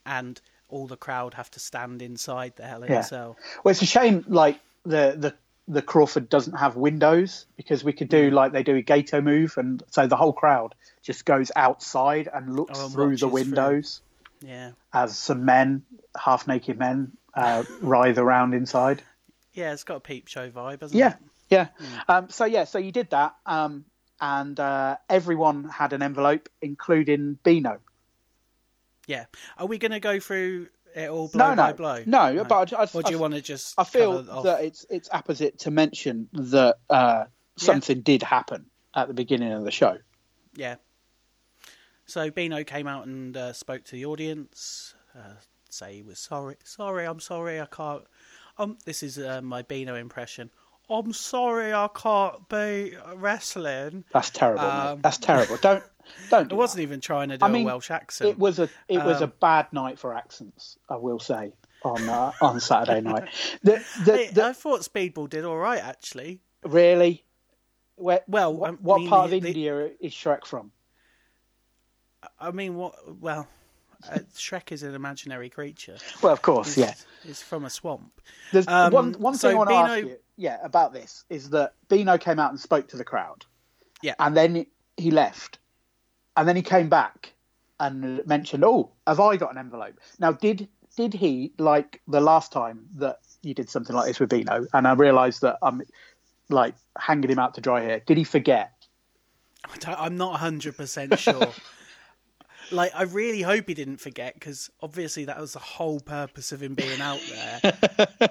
S2: and all the crowd have to stand inside the Hell in
S3: Yeah.
S2: a Cell.
S3: well, it's a shame. Like the the the Crawford doesn't have windows because we could do
S2: Mm.
S3: like they do a Gato move, and so the whole crowd just goes outside and looks
S2: Oh, and
S3: through the
S2: watches through.
S3: windows
S2: Yeah,
S3: as some men, half naked men, uh, writhe around inside.
S2: yeah, it's got a peep show vibe, hasn't
S3: Yeah,
S2: it?
S3: yeah.
S2: Hmm.
S3: Um, so yeah, so you did that, um, and uh, everyone had an envelope, including Beano.
S2: Yeah, Are we going to go through it all blow
S3: No,
S2: by
S3: no,
S2: blow?
S3: no, But I, I,
S2: or do you
S3: I-
S2: want to just?
S3: I feel
S2: cover off?
S3: that it's it's apposite to mention that uh, something did happen at the beginning of the show.
S2: Yeah. So Bino came out and uh, spoke to the audience. Uh, say he was sorry. Sorry, I'm sorry, I can't. Um, this is uh, my Bino impression. I'm sorry, I can't be wrestling.
S3: That's terrible. mate.
S2: Um,
S3: That's terrible. Don't don't.
S2: I
S3: Do
S2: wasn't Um, even trying to do
S3: I mean,
S2: a Welsh accent.
S3: that. It was a it was a bad night for accents. I will say on uh, on Saturday night. The, the,
S2: Hey, uh,
S3: the,
S2: I thought Speedball did all right, actually.
S3: really. Where,
S2: Well, I
S3: what, what
S2: mean,
S3: part of
S2: the- the-
S3: India is Shrek from?
S2: I mean, what? Well, uh, Shrek is an imaginary creature.
S3: Well, of course, yeah.
S2: He's from a swamp.
S3: There's
S2: Um,
S3: one one
S2: so
S3: thing I want to ask
S2: Bino-
S3: you, yeah, about this is that Bino came out and spoke to the crowd,
S2: Yeah.
S3: and then he left, and then he came back and mentioned, "Oh, have I got an envelope?" Now, did did he like the last time that you did something like this with Bino? And I realised that I'm like hanging him out to dry here. Did he forget?
S2: I don't- I'm not 100% sure. like, I really hope he didn't forget because obviously that was the whole purpose of him being out there.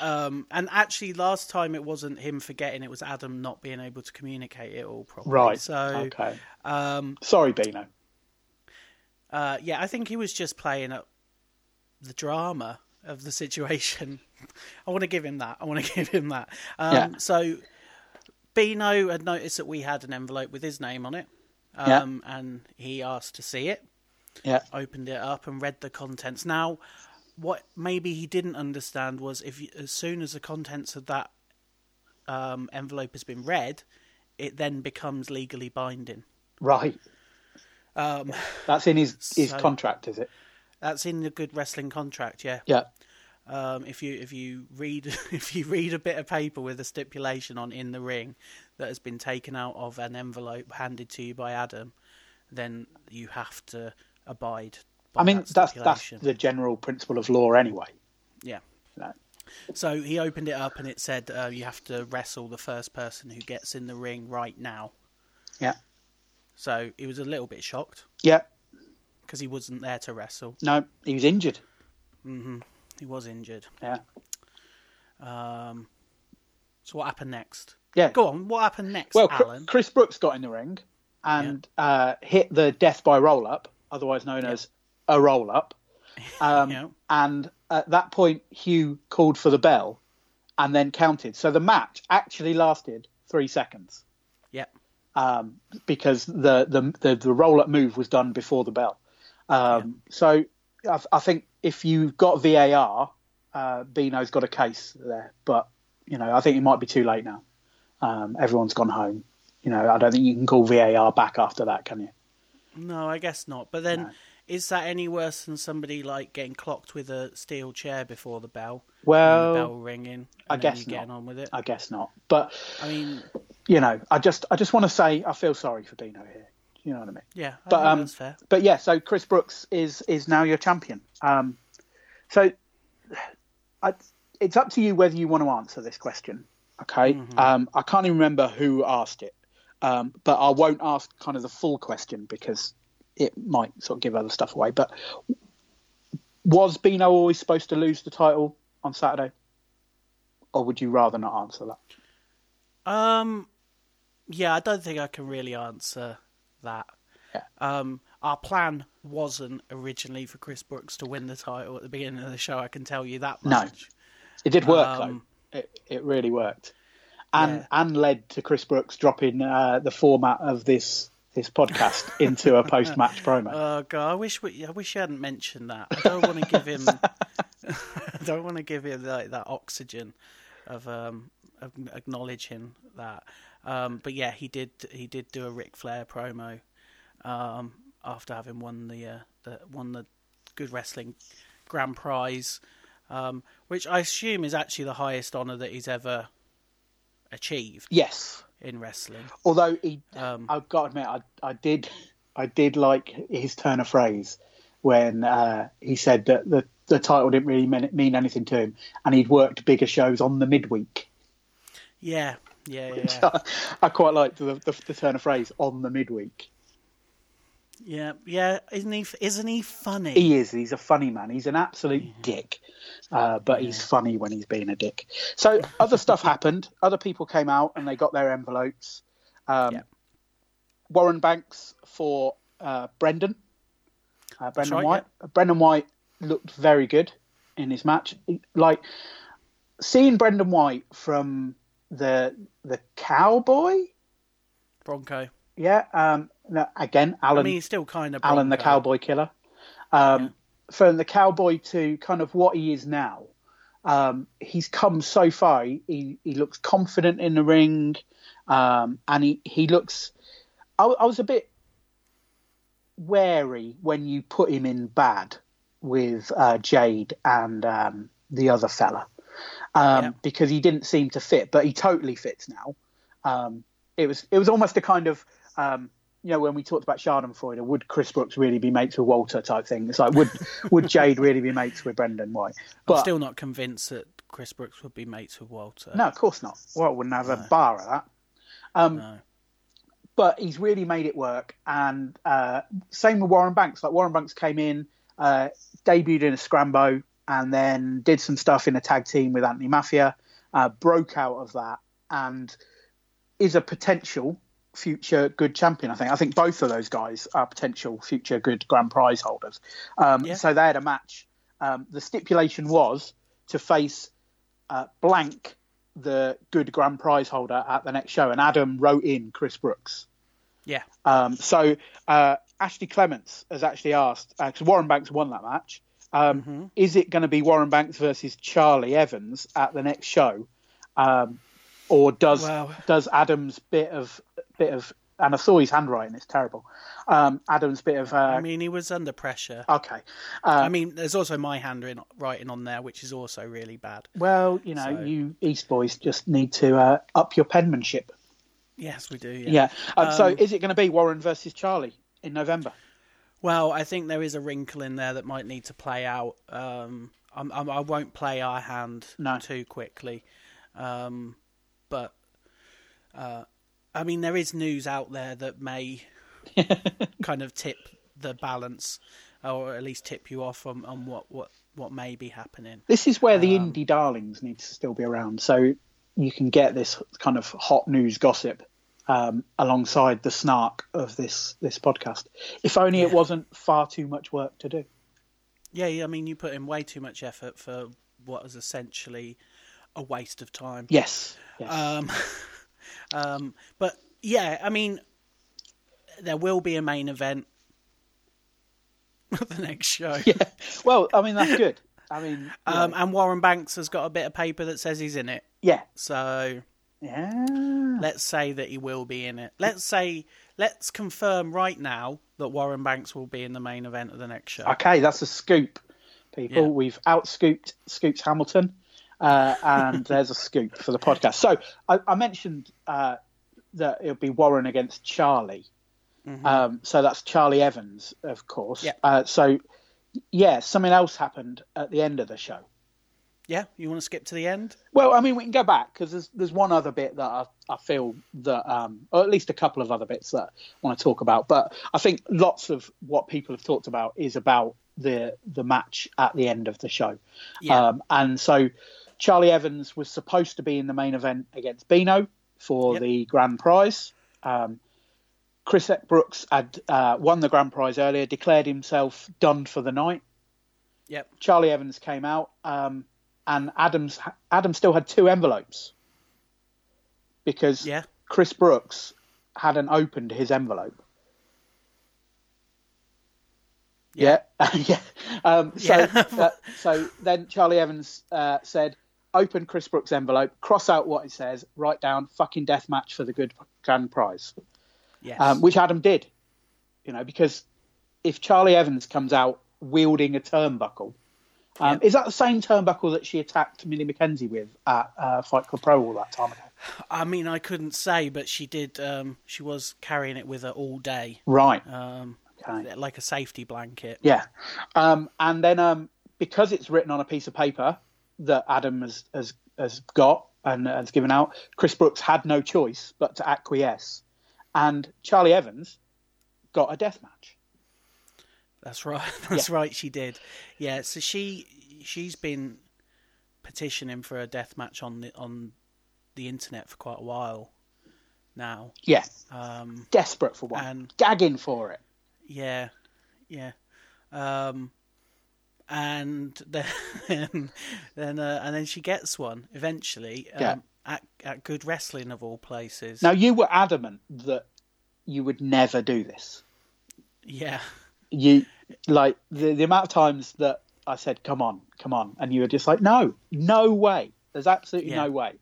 S2: um, and actually, last time it wasn't him forgetting, it was Adam not being able to communicate it all properly.
S3: Right.
S2: So,
S3: okay.
S2: um,
S3: Sorry, Bino.
S2: Uh, yeah, I think he was just playing up the drama of the situation. I want to give him that. I want to give him that. Um,
S3: Yeah.
S2: So, Bino had noticed that we had an envelope with his name on it,
S3: Yeah.
S2: um, and he asked to see it.
S3: Yeah.
S2: Opened it up and read the contents. Now, what maybe he didn't understand was if you, as soon as the contents of that um, envelope has been read, it then becomes legally binding.
S3: Right.
S2: Um,
S3: That's in his his
S2: So-
S3: contract, is it?
S2: that's in the good wrestling contract, yeah.
S3: Yeah.
S2: Um, if you if you read if you read a bit of paper with a stipulation on in the ring that has been taken out of an envelope handed to you by Adam, then you have to abide. By
S3: I mean,
S2: that
S3: that's that's
S2: stipulation.
S3: the general principle of law anyway.
S2: yeah.
S3: you know.
S2: So he opened it up and it said uh, you have to wrestle the first person who gets in the ring right now.
S3: Yeah.
S2: So he was a little bit shocked
S3: Yeah.
S2: because he wasn't there to wrestle.
S3: No, he was injured.
S2: He was injured.
S3: Yeah.
S2: So what happened next?
S3: Yeah.
S2: Go on. What happened next,
S3: Well, Chr-
S2: Alan?
S3: Chris Brooks got in the ring and uh, hit the death by roll up, otherwise known as a roll up. Um,
S2: Yeah.
S3: And at that point, Hugh called for the bell and then counted. So the match actually lasted three seconds
S2: Yep.
S3: um, because the, the, the, the roll up move was done before the bell. Um, So I, I think if you've got VAR, uh, Bino's got a case there, but you know I think it might be too late now. Um, everyone's gone home. You know I don't think you can call VAR back after that, can you?
S2: No, I guess not. But then, is that any worse than somebody like getting clocked with a steel chair before the bell?
S3: Well,
S2: and the bell ringing. And
S3: Oh, I
S2: then
S3: guess
S2: you getting
S3: not.
S2: on with it.
S3: Um, I guess not. But
S2: I mean,
S3: you know I just I just want to say I feel sorry for Bino here. You know what I mean?
S2: yeah, I
S3: But
S2: think
S3: um,
S2: that's fair.
S3: but yeah, so Chris Brooks is is now your champion. Um, so I, it's up to you whether you want to answer this question. Okay, um, I can't even remember who asked it, um, but I won't ask kind of the full question because it might sort of give other stuff away. But was Bino always supposed to lose the title on Saturday, or would you rather not answer that?
S2: Um, yeah, I don't think I can really answer that.
S3: Yeah.
S2: Um, our plan wasn't originally for Chris Brooks to win the title at the beginning of the show. I can tell you that
S3: No.
S2: much.
S3: It did work
S2: Um,
S3: though. It, it really worked, and
S2: Yeah.
S3: and led to Chris Brooks dropping uh, the format of this this podcast into a post match promo.
S2: Oh god, I wish we, I wish you hadn't mentioned that. I don't want to give him, I don't want to give him like that oxygen of um of acknowledging that. Um, but yeah, he did he did do a Ric Flair promo um, after having won the, uh, the won the Good Wrestling Grand Prize, um, which I assume is actually the highest honor that he's ever achieved
S3: yes,
S2: in wrestling.
S3: although he,
S2: Um,
S3: I've got to admit, I, I did I did like his turn of phrase when uh, he said that the the title didn't really mean, mean anything to him, and he'd worked bigger shows on the midweek.
S2: Yeah, yeah, yeah. yeah.
S3: I quite liked the, the, the turn of phrase on the midweek.
S2: Yeah, yeah. Isn't he? Isn't he funny?
S3: he is. He's a funny man. He's an absolute dick, uh, but he's funny when he's being a dick. So other stuff happened. Other people came out and they got their envelopes. Um,
S2: Yeah.
S3: Warren Banks for uh, Brendan. Uh, Brendan
S2: right,
S3: White. Brendan White looked very good in his match. Like seeing Brendan White from the the cowboy.
S2: Bronco.
S3: Yeah. Um, no, again, Alan
S2: I mean, he's still kind of
S3: Alan the
S2: Bronco.
S3: Cowboy Killer, um, from the cowboy to kind of what he is now. Um, he's come so far. He, he, he looks confident in the ring, um, and he, he looks. I, I was a bit wary when you put him in bad with uh, Jade and um, the other fella um,
S2: Yeah.
S3: because he didn't seem to fit, but he totally fits now. Um, it was it was almost a kind of um, you know when we talked about Schadenfreude, would Chris Brooks really be mates with Walter type thing? It's like would would Jade really be mates with Brendan White? But
S2: Still not convinced that Chris Brooks would be mates with Walter.
S3: no, of course not. Well, wouldn't have a bar of that. Um,
S2: No.
S3: But he's really made it work. And uh, same with Warren Banks. Like Warren Banks came in, uh, debuted in a scrambo, and then did some stuff in a tag team with Anthony Mafia. Uh, broke out of that and is a potential future good champion. I think. I think both of those guys are potential future good grand prize holders. Um,
S2: Yeah.
S3: So they had a match. Um, the stipulation was to face uh, blank the good grand prize holder at the next show, and Adam wrote in Chris Brooks.
S2: Yeah.
S3: Um, so uh, Ashley Clements has actually asked because Warren Banks won that match. Um, Is it going to be Warren Banks versus Charlie Evans at the next show, um, or does
S2: Wow.
S3: does Adams bit of bit of and I saw his handwriting; it's terrible. Um, Adams bit of uh,
S2: I mean, he was under pressure.
S3: okay. Uh,
S2: I mean, there's also my handwriting on there, which is also really bad.
S3: Well, you know,
S2: So-
S3: you East boys just need to uh, up your penmanship.
S2: Yes, we do. Yeah.
S3: Yeah. Um, so is it going to be Warren versus Charlie in November?
S2: Well, I think there is a wrinkle in there that might need to play out. Um, I'm, I'm, I won't play our hand
S3: No.
S2: too quickly, um, but uh, I mean there is news out there that may kind of tip the balance, or at least tip you off on, on what, what what may be happening.
S3: This is where the indie darlings need to still be around, so you can get this kind of hot news gossip um, alongside the snark of this this podcast. If only it wasn't far too much work to do.
S2: Yeah, yeah, I mean you put in way too much effort for what is essentially a waste of time.
S3: Yes. yes.
S2: Um, um, but yeah, I mean, there will be a main event the next show.
S3: well, I mean that's good. I mean,
S2: Um, and Warren Banks has got a bit of paper that says he's in it.
S3: yeah,
S2: So
S3: yeah,
S2: let's say that he will be in it. Let's say, let's confirm right now that Warren Banks will be in the main event of the next show.
S3: okay, that's a scoop, people.
S2: Yeah.
S3: We've out scooped Scoops Hamilton, uh, and there's a scoop for the podcast. So I, I mentioned uh, that it'll be Warren against Charlie. Um, so that's Charlie Evans, of course.
S2: Mm-hmm. Yeah.
S3: Uh, so yeah, something else happened at the end of the show.
S2: Yeah, you want to skip to the end?
S3: Well, I mean, we can go back because there's there's one other bit that I, I feel that, um, or at least a couple of other bits that I want to talk about. But I think lots of what people have talked about is about the the match at the end of the show,
S2: Yeah.
S3: um, and so Charlie Evans was supposed to be in the main event against Bino for
S2: Yep.
S3: the grand prize. Um, Chris Brooks had uh, won the grand prize earlier, declared himself done for the night.
S2: Yep.
S3: Charlie Evans came out, um, and Adams Adam still had two envelopes because
S2: Yeah.
S3: Chris Brooks hadn't opened his envelope. Yeah, yeah. Um, so,
S2: Yeah.
S3: uh, so then Charlie Evans uh, said, "Open Chris Brooks' envelope, cross out what it says, write down fucking death match for the good grand prize."
S2: Yes.
S3: um, which Adam did, you know, because if Charlie Evans comes out wielding a turnbuckle, um, is that the same turnbuckle that she attacked Millie McKenzie with at uh, Fight Club Pro all that time ago?
S2: I mean, I couldn't say, but she did. Um, she was carrying it with her all day,
S3: Right.
S2: um,
S3: Okay.
S2: like a safety blanket.
S3: Yeah. Um, and then um, because it's written on a piece of paper that Adam has, has, has got and has given out, Chris Brooks had no choice but to acquiesce. And Charlie Evans got a death match.
S2: That's right. That's right. She did. Yeah. So she she's been petitioning for a death match on the on the internet for quite a while now.
S3: Yeah.
S2: Um,
S3: Desperate for one.
S2: And-
S3: Gagging for it.
S2: yeah, yeah. Um, and then then uh, and then she gets one eventually. Um,
S3: Yeah.
S2: At at good wrestling of all places.
S3: Now you were adamant that you would never do this.
S2: Yeah.
S3: You like the, the amount of times that I said, "Come on, come on," and you were just like, "No, no way. There's absolutely
S2: Yeah.
S3: no way."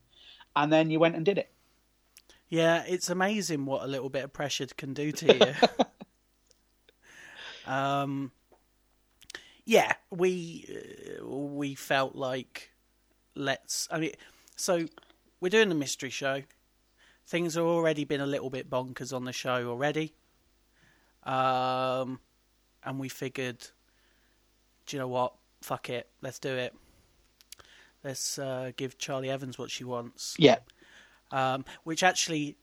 S3: And then you went and did it.
S2: Yeah, it's amazing what a little bit of pressure can do to you. um, yeah, we uh, we felt like let's. I mean, so we're doing a mystery show. Things have already been a little bit bonkers on the show already, um, and we figured, do you know what? Fuck it, let's do it. Let's uh, give Charlie Evans what she wants
S3: Yeah,
S2: um, which actually,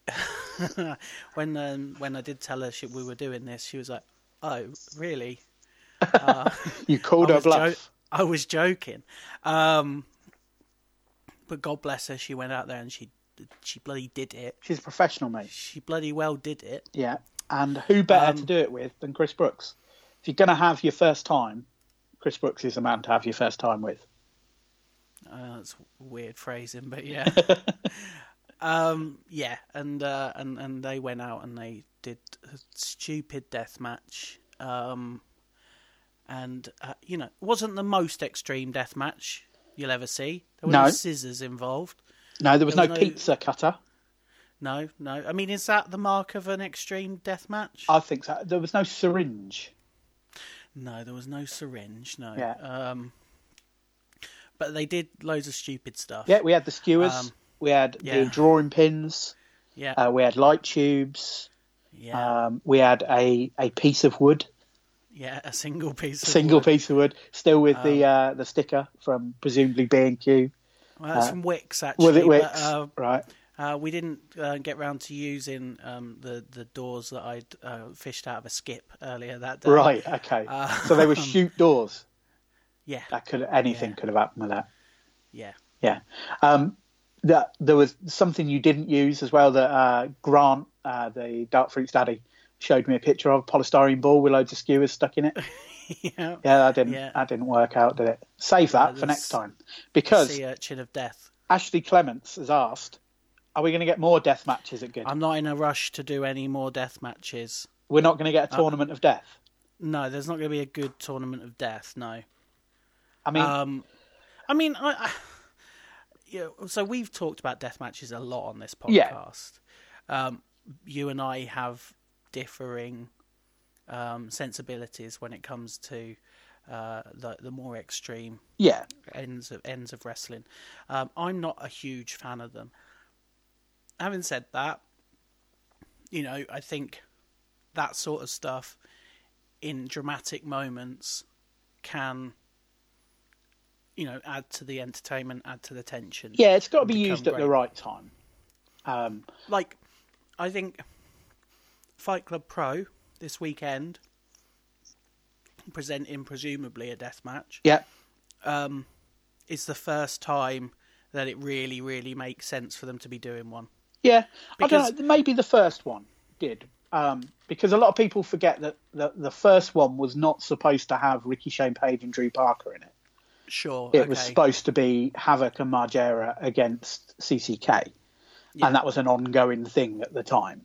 S2: when um, when I did tell her she, we were doing this, she was like, "Oh, really?
S3: you called
S2: I
S3: her
S2: was, jo-
S3: bluff.
S2: I was joking." Um, but God bless her, she went out there and she she bloody did it.
S3: She's a professional, mate.
S2: She bloody well did it.
S3: Yeah. And who better
S2: Um,
S3: to do it with than Chris Brooks? If you're going to have your first time, Chris Brooks is the man to have your first time with.
S2: Uh, that's weird phrasing, but yeah, um, yeah, and uh, and and they went out and they did a stupid death match, um, and uh, you know, it wasn't the most extreme death match you'll ever see. There were no,
S3: No.
S2: scissors involved.
S3: No, there was,
S2: There
S3: no,
S2: was no-
S3: pizza cutter.
S2: No, no. I mean, is that the mark of an extreme death match?
S3: I think so. There was no syringe.
S2: No, there was no syringe. No.
S3: Yeah.
S2: Um, but they did loads of stupid stuff.
S3: Yeah, we had the skewers.
S2: Um,
S3: we had
S2: yeah.
S3: the drawing pins.
S2: Yeah.
S3: Uh, we had light tubes.
S2: yeah.
S3: Um, we had a, a piece of wood,
S2: yeah. A single piece. Of
S3: single
S2: wood. Oh.
S3: piece of wood, still with the uh, the sticker from presumably B and Q.
S2: Well, that's from Wix Uh, actually.
S3: Was it
S2: but,
S3: Wix?
S2: uh,
S3: right.
S2: uh, we didn't uh, get round to using um, the the doors that I'd uh, fished out of a skip earlier that day.
S3: Right. Okay. so they were shoot doors.
S2: um, Yeah.
S3: That could anything could have happened with that.
S2: Yeah.
S3: Yeah. Um, that there was something you didn't use as well that uh, Grant, uh, the Dark Fruits Daddy, showed me a picture of polystyrene ball with loads of skewers stuck in it.
S2: yeah.
S3: Yeah, that didn't
S2: Yeah.
S3: that didn't work out, did it? Save that for
S2: there's-
S3: next time because
S2: Sea urchin of death.
S3: Ashley Clements has asked, "Are we going to get more death matches at Good?
S2: I'm not in a rush to do any more death matches.
S3: We're not going to
S2: uh,
S3: get a tournament of death."
S2: No, there's not going to be a good tournament of death. No.
S3: I mean,
S2: Um, I mean, I, I, yeah, so we've talked about death matches a lot on this
S3: Yeah.
S2: podcast. Um, you and I have differing um, sensibilities when it comes to uh, the the more extreme
S3: yeah,
S2: ends of ends of wrestling. Um, I'm not a huge fan of them. Having said that, you know, I think that sort of stuff in dramatic moments can, you know, add to the entertainment, add to the tension.
S3: yeah, it's got to be
S2: become
S3: used at the
S2: great.
S3: right time. Um,
S2: Like, I think Fight Club Pro this weekend presenting presumably a death match
S3: yeah,
S2: um, is the first time that it really, really makes sense for them to be doing one.
S3: yeah. I
S2: Because-
S3: don't know. Maybe the first one did um, because a lot of people forget that the, the first one was not supposed to have Ricky Shane Page and Drew Parker in it.
S2: Sure.
S3: It
S2: okay.
S3: was supposed to be Havoc and Margera against CCK. And that was an ongoing thing at the time.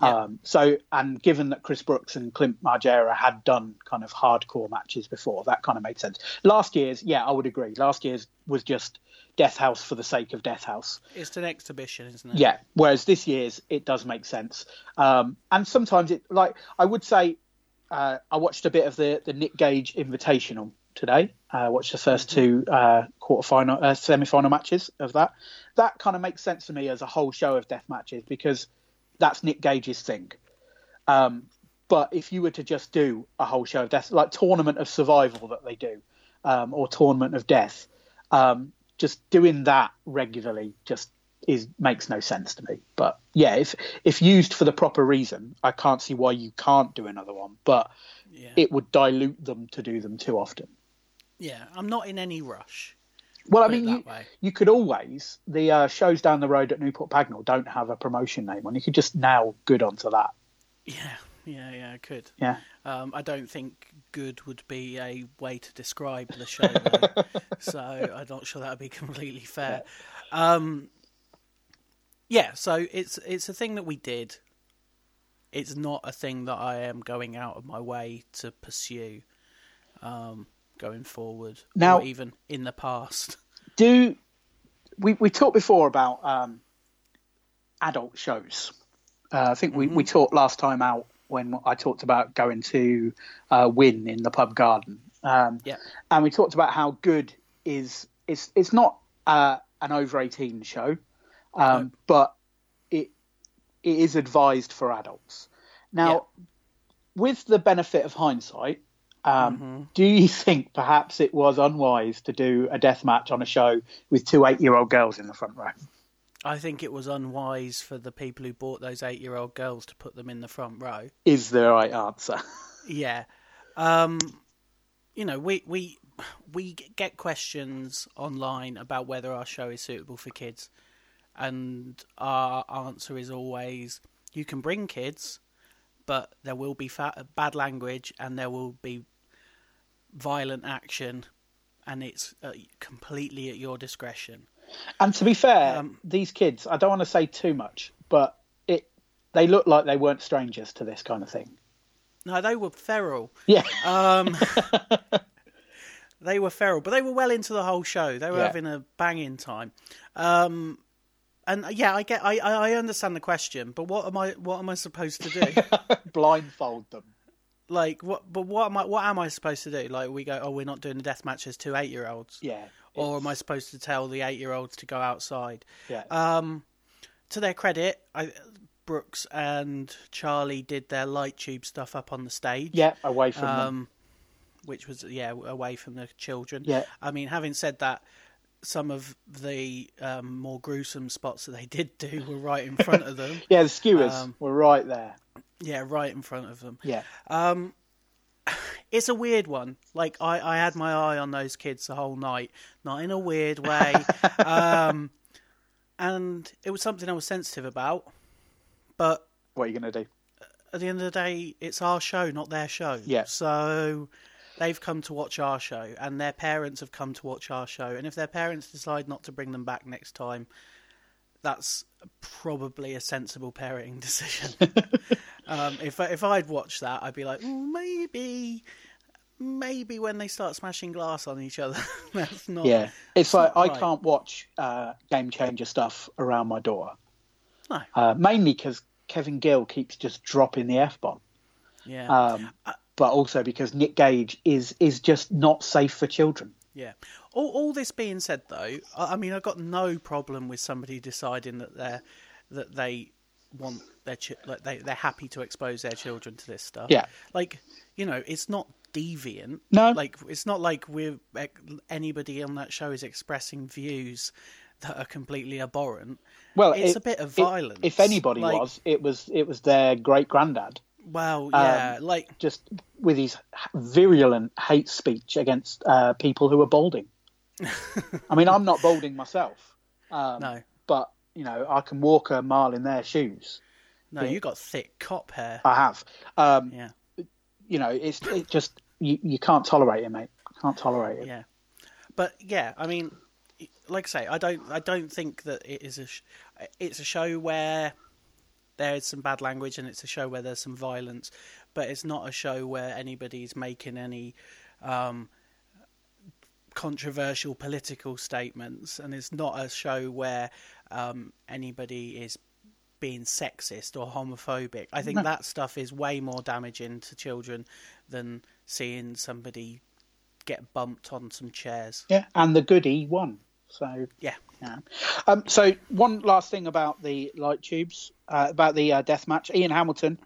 S2: Yeah.
S3: Um, so, and given that Chris Brooks and Clint Margera had done kind of hardcore matches before, that kind of made sense. Last year's, yeah, I would agree. Last year's was just Death House for the sake of Death House.
S2: It's an exhibition, isn't it?
S3: Yeah. Whereas this year's, it does make sense. Um, and sometimes it, like, I would say, uh, I watched a bit of the, the Nick Gage Invitational today. Uh, I watched the first
S2: Mm-hmm.
S3: two uh, quarterfinal, uh, semi-final matches of that. That kind of makes sense to me as a whole show of death matches because that's Nick Gage's thing. Um, but if you were to just do a whole show of death, like Tournament of Survival that they do, um, or Tournament of Death, um, just doing that regularly just is makes no sense to me. But yeah, if if used for the proper reason, I can't see why you can't do another one. But
S2: Yeah.
S3: it would dilute them to do them too often.
S2: Yeah, I'm not in any rush.
S3: Well, I
S2: Put it
S3: mean,
S2: that
S3: you,
S2: way.
S3: you could always the uh, shows down the road at Newport Pagnell don't have a promotion name on. You could just nail good onto that.
S2: Yeah, yeah, yeah, I could.
S3: Yeah.
S2: Um, I don't think good would be a way to describe the show, though. so I'm not sure that would be completely fair. Um, yeah, so it's it's a thing that we did. It's not a thing that I am going out of my way to pursue um, going forward,
S3: Now-
S2: or even in the past.
S3: do we we talked before about um, adult shows. Uh, I think we, we talked last time out when I talked about going to uh, Win in the pub garden, um,
S2: Yeah,
S3: and we talked about how good is it's it's not uh, an over eighteen show, um, but it it is advised for adults. Now, with the benefit of hindsight, um, do you think perhaps it was unwise to do a death match on a show with two eight-year-old girls in the front row?
S2: I think it was unwise for the people who bought those eight-year-old girls to put them in the front row.
S3: Is the right answer?
S2: Yeah, um, you know, we we we get questions online about whether our show is suitable for kids, And our answer is always you can bring kids, but there will be fa- bad language and there will be violent action, and it's uh, completely at your discretion.
S3: And to be fair, these kids, I don't want to say too much, but it they look like they weren't strangers to this kind of thing.
S2: No, they were feral.
S3: Yeah.
S2: Um, they were feral, but they were well into the whole show. They were
S3: Yeah.
S2: having a banging time. Um, and yeah, I get, I, I I understand the question, but what am I, what am I supposed to do?
S3: Blindfold them.
S2: like, what, but what am I, what am I supposed to do? Like, we go, oh, we're not doing the death matches to eight year olds,
S3: Yeah.
S2: or am I supposed to tell the eight year olds to go outside?
S3: Yeah.
S2: uh, to their credit, I, Brooks and Charlie did their light tube stuff up on the stage.
S3: yeah, away from them.
S2: Um, which was yeah away from the children.
S3: Yeah.
S2: I mean, having said that, some of the um, more gruesome spots that they did do were right in front of them.
S3: Yeah, the skewers
S2: um,
S3: were right there.
S2: Yeah, right in front of them.
S3: Yeah.
S2: It's a weird one. Like I, I had my eye on those kids the whole night, not in a weird way. um, and it was something I was sensitive about, but
S3: What are you going to do?
S2: at the end of the day, it's our show, not their show.
S3: Yeah.
S2: So they've come to watch our show, and their parents have come to watch our show. And if their parents decide not to bring them back next time, that's probably a sensible parenting decision. um, if I- if I'd watched that, I'd be like, "Mm, maybe, maybe when they start smashing glass on each other, that's not.
S3: Yeah. It's like I
S2: right.
S3: can't watch uh, game changer stuff around my door.
S2: No.
S3: Uh, mainly because Kevin Gill keeps just dropping the f bomb.
S2: Yeah.
S3: Um,
S2: Uh,
S3: but also because Nick Gage is is just not safe for children.
S2: Yeah. All, all this being said, though, I, I mean, I've got no problem with somebody deciding that they're that they want their chi- like they they're happy to expose their children to this stuff.
S3: Yeah.
S2: Like you know, it's not deviant.
S3: No.
S2: Like it's not like we're like, anybody on that show is expressing views that are completely abhorrent.
S3: Well,
S2: it's
S3: it-
S2: a bit of
S3: it-
S2: violence.
S3: If anybody
S2: Like,
S3: was, it was it was their great granddad,
S2: well,
S3: Um,
S2: yeah, like
S3: just with his virulent hate speech against uh, people who are balding. I mean, I'm not balding myself, um,
S2: no,
S3: but you know, I can walk a mile in their shoes.
S2: no, you got thick cop hair.
S3: I have. Um,
S2: Yeah.
S3: You know, it's it just you, you can't tolerate it, mate. Can't tolerate it.
S2: Yeah, but yeah, I mean, like I say, I don't, I don't think that it is a, sh- it's a show where there is some bad language and it's a show where there's some violence, but it's not a show where anybody's making any um, controversial political statements, and it's not a show where um, anybody is being sexist or homophobic. I think that stuff is way more damaging to children than seeing somebody get bumped on some chairs.
S3: Yeah, and the goody won. So
S2: Yeah.
S3: Yeah. Um, so one last thing about the light tubes, uh, about the uh, death match. Ian Hamilton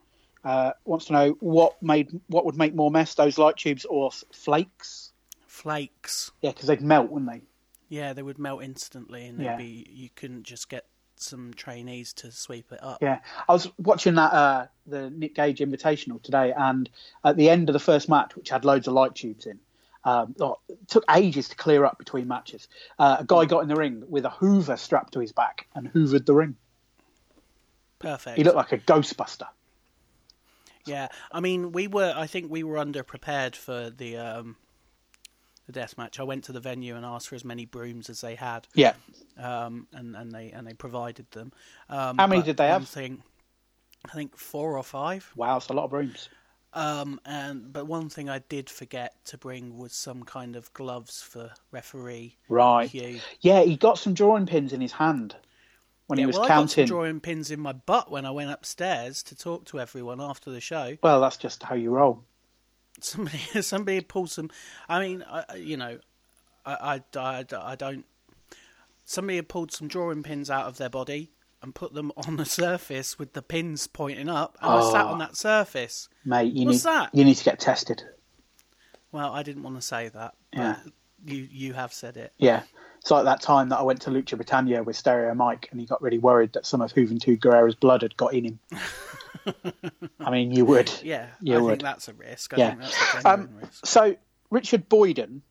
S3: uh, wants to know what made what would make more mess, those light tubes or s- flakes?
S2: Flakes.
S3: Yeah, because they'd melt, wouldn't they?
S2: Yeah, they would melt instantly and
S3: Yeah.
S2: they'd be you couldn't just get some trainees to sweep it up.
S3: Yeah, I was watching that uh, the Nick Gage Invitational today, and at the end of the first match, which had loads of light tubes in, um, oh, it took ages to clear up between matches. Uh, a guy got in the ring with a Hoover strapped to his back and hoovered the ring.
S2: Perfect.
S3: He looked like a Ghostbuster.
S2: Yeah, I mean, we were. I think we were underprepared for the um, the death match. I went to the venue and asked for as many brooms as they had,
S3: Yeah,
S2: um, and and they and they provided them. Um,
S3: How many
S2: but
S3: did they
S2: one
S3: have?
S2: Thing, I think four or five.
S3: wow, it's a lot of brooms.
S2: Um, and but one thing I did forget to bring was some kind of gloves for referee
S3: Right.
S2: Hugh.
S3: Yeah, he got some drawing pins in his hand when he was
S2: well, I got some
S3: counting.
S2: drawing pins in my butt when I went upstairs to talk to everyone after the show.
S3: Well, that's just how you roll.
S2: somebody somebody pull some i mean I, I- you know I, I, I, I don't somebody had pulled some drawing pins out of their body and put them on the surface with the pins pointing up and i
S3: Oh.
S2: sat on that surface
S3: Mate, you
S2: What's
S3: need
S2: that?
S3: you need to get tested.
S2: well i didn't want to say that but
S3: Yeah.
S2: you you have said it
S3: Yeah. It's like that time that I went to Lucha Britannia with Stereo Mike and he got really worried that some of Juventud Guerrera's blood had got in him. I mean, you would.
S2: yeah
S3: You
S2: i
S3: would.
S2: think that's a risk i
S3: Yeah.
S2: think that's a genuine risk
S3: So, um, Richard Boyden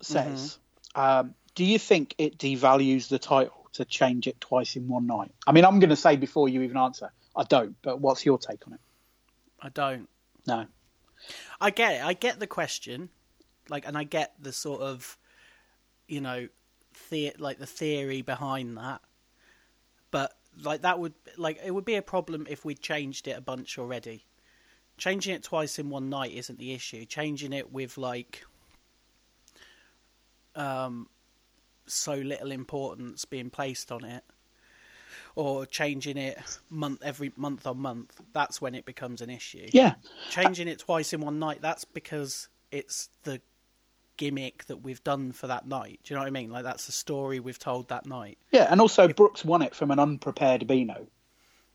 S3: says, um, Do you think it devalues the title to change it twice in one night? I mean, I'm going to say before you even answer, I don't. But what's your take on it?
S2: I don't.
S3: No.
S2: I get it. I get the question, like, and I get the sort of, you know, the like the theory behind that. But like that would like it would be a problem if we changed it a bunch already. Changing it twice in one night isn't the issue. Changing it with like, um, so little importance being placed on it, or changing it month every month on month. That's when it becomes an issue
S3: Yeah.
S2: changing it twice in one night that's because it's the gimmick that we've done for that night do you know what i mean like that's the story we've told that night
S3: Yeah. And also, Brooks won it from an unprepared Beano.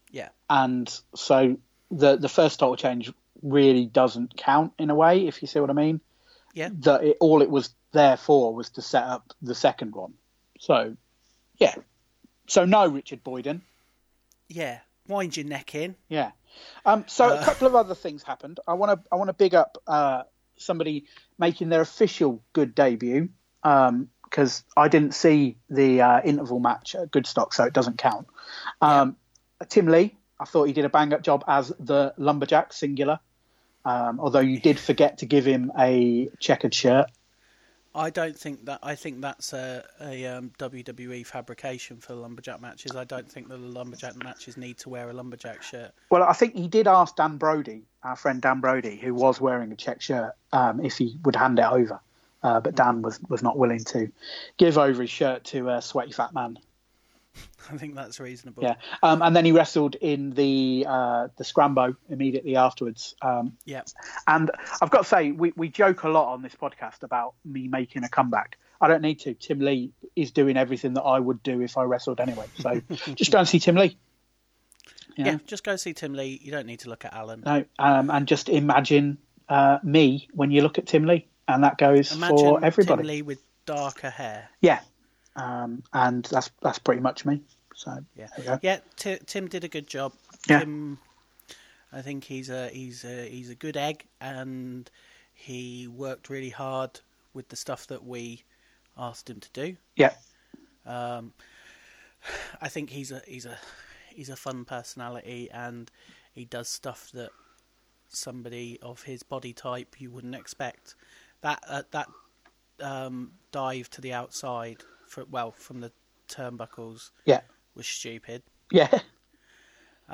S2: yeah
S3: and so the the first title change really doesn't count in a way, if you see what I mean.
S2: yeah
S3: That it, all it was there for was to set up the second one. So, yeah. So no, Richard Boyden.
S2: yeah wind your neck in
S3: Yeah. Um, so a couple of other things happened. I want to I want to big up uh, somebody making their official good debut because I didn't see the uh, interval match at Goodstock, so it doesn't count. Um, Tim Lee, I thought he did a bang up job as the lumberjack singular. Um, although you did forget to give him a checkered shirt.
S2: i don't think that i think that's a, a um, wwe fabrication for lumberjack matches i don't think that the lumberjack matches need to wear a lumberjack shirt
S3: Well, I think he did ask Dan Brody, our friend Dan Brody, who was wearing a check shirt, um, if he would hand it over. Uh, but Dan was, was not willing to give over his shirt to a sweaty fat man.
S2: i think that's reasonable
S3: Yeah. Um, and then he wrestled in the uh, the Scrambo immediately afterwards. Um,
S2: yeah
S3: and I've got to say, we, we joke a lot on this podcast about me making a comeback. I don't need to. Tim Lee is doing everything that I would do if I wrestled anyway. So just go and see Tim Lee.
S2: yeah,
S3: Yeah.
S2: just go see tim lee you don't need to look at alan
S3: No, um, and just imagine uh, me when you look at Tim Lee, and that goes
S2: imagine
S3: for everybody.
S2: tim lee with darker hair
S3: Yeah, um, and that's that's pretty much me. So
S2: Yeah,
S3: there we go.
S2: yeah. T- Tim did a good job.
S3: Yeah.
S2: Tim, I think he's a he's a he's a good egg, and he worked really hard with the stuff that we asked him to do.
S3: yeah,
S2: I think he's a he's a he's a fun personality, and he does stuff that somebody of his body type you wouldn't expect. That uh, that um, dive to the outside, for, well, from the turnbuckles,
S3: yeah,
S2: was stupid.
S3: yeah,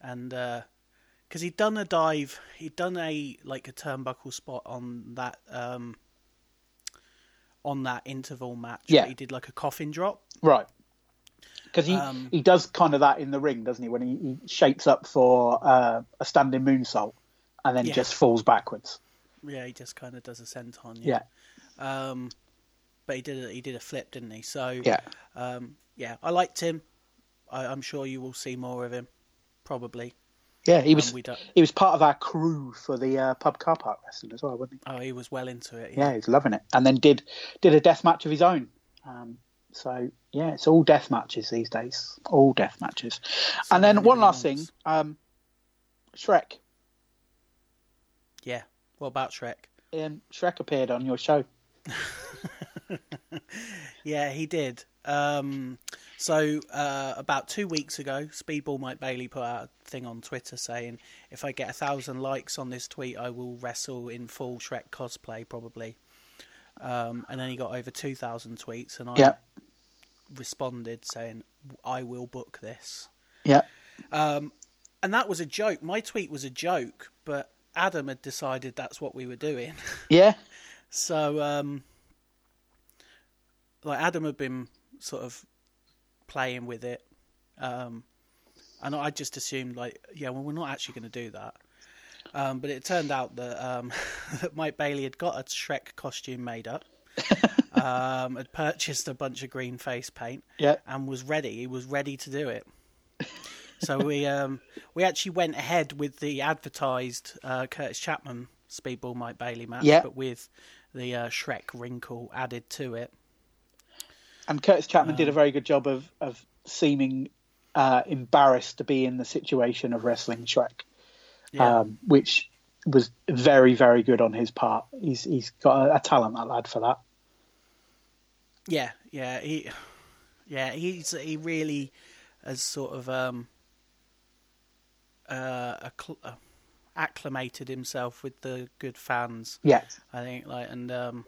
S2: and because he'd done a dive, he'd done a like a turnbuckle spot on that um on that interval match. but
S3: Yeah.
S2: he did like a coffin drop.
S3: right. Because he
S2: Um,
S3: he does kind of that in the ring, doesn't he? When he, he shapes up for uh, a standing moonsault and then
S2: Yeah.
S3: just falls backwards.
S2: Yeah, he just kind of does a senton.
S3: Yeah,
S2: Um, but he did a, he did a flip, didn't he? So
S3: yeah,
S2: um, yeah, I liked him. I, I'm sure you will see more of him, probably.
S3: yeah. He was
S2: Um, we don't-
S3: he was part of our crew for the uh, pub car park wrestling as well, wasn't he?
S2: Oh, he was well into it.
S3: yeah, he's loving it. And then did did a death match of his own. Um, so yeah, it's all death matches these days. All death matches. and then one last thing,
S2: ones.
S3: um, Shrek.
S2: yeah. What about Shrek?
S3: Um, Shrek appeared on your show.
S2: Yeah, he did. Um, so uh, about two weeks ago, Speedball Mike Bailey put out a thing on Twitter saying, "If I get a thousand likes on this tweet, I will wrestle in full Shrek cosplay, probably." Um, and then he got over two thousand tweets, and I
S3: Yeah,
S2: responded saying, "I will book this."
S3: yeah,
S2: And that was a joke. My tweet was a joke, but Adam had decided that's what we were doing.
S3: yeah,
S2: So, um, like Adam had been sort of playing with it, um, and I just assumed like, yeah, well, we're not actually going to do that. Um, but it turned out that um, that Mike Bailey had got a Shrek costume made up, um, had purchased a bunch of green face paint,
S3: yeah.
S2: and was ready. He was ready to do it. So we um, we actually went ahead with the advertised uh, Curtis Chapman Speedball Mike Bailey match,
S3: Yeah.
S2: but with the uh, Shrek wrinkle added to it.
S3: And Curtis Chapman did a very good job of of seeming uh, embarrassed to be in the situation of wrestling Shrek.
S2: Yeah,
S3: um, which was very, very good on his part. He's he's got a, a talent that lad for that.
S2: yeah, yeah. He Yeah, he's he really has sort of um uh, accl- uh, acclimated himself with the good fans.
S3: Yes.
S2: I think like and um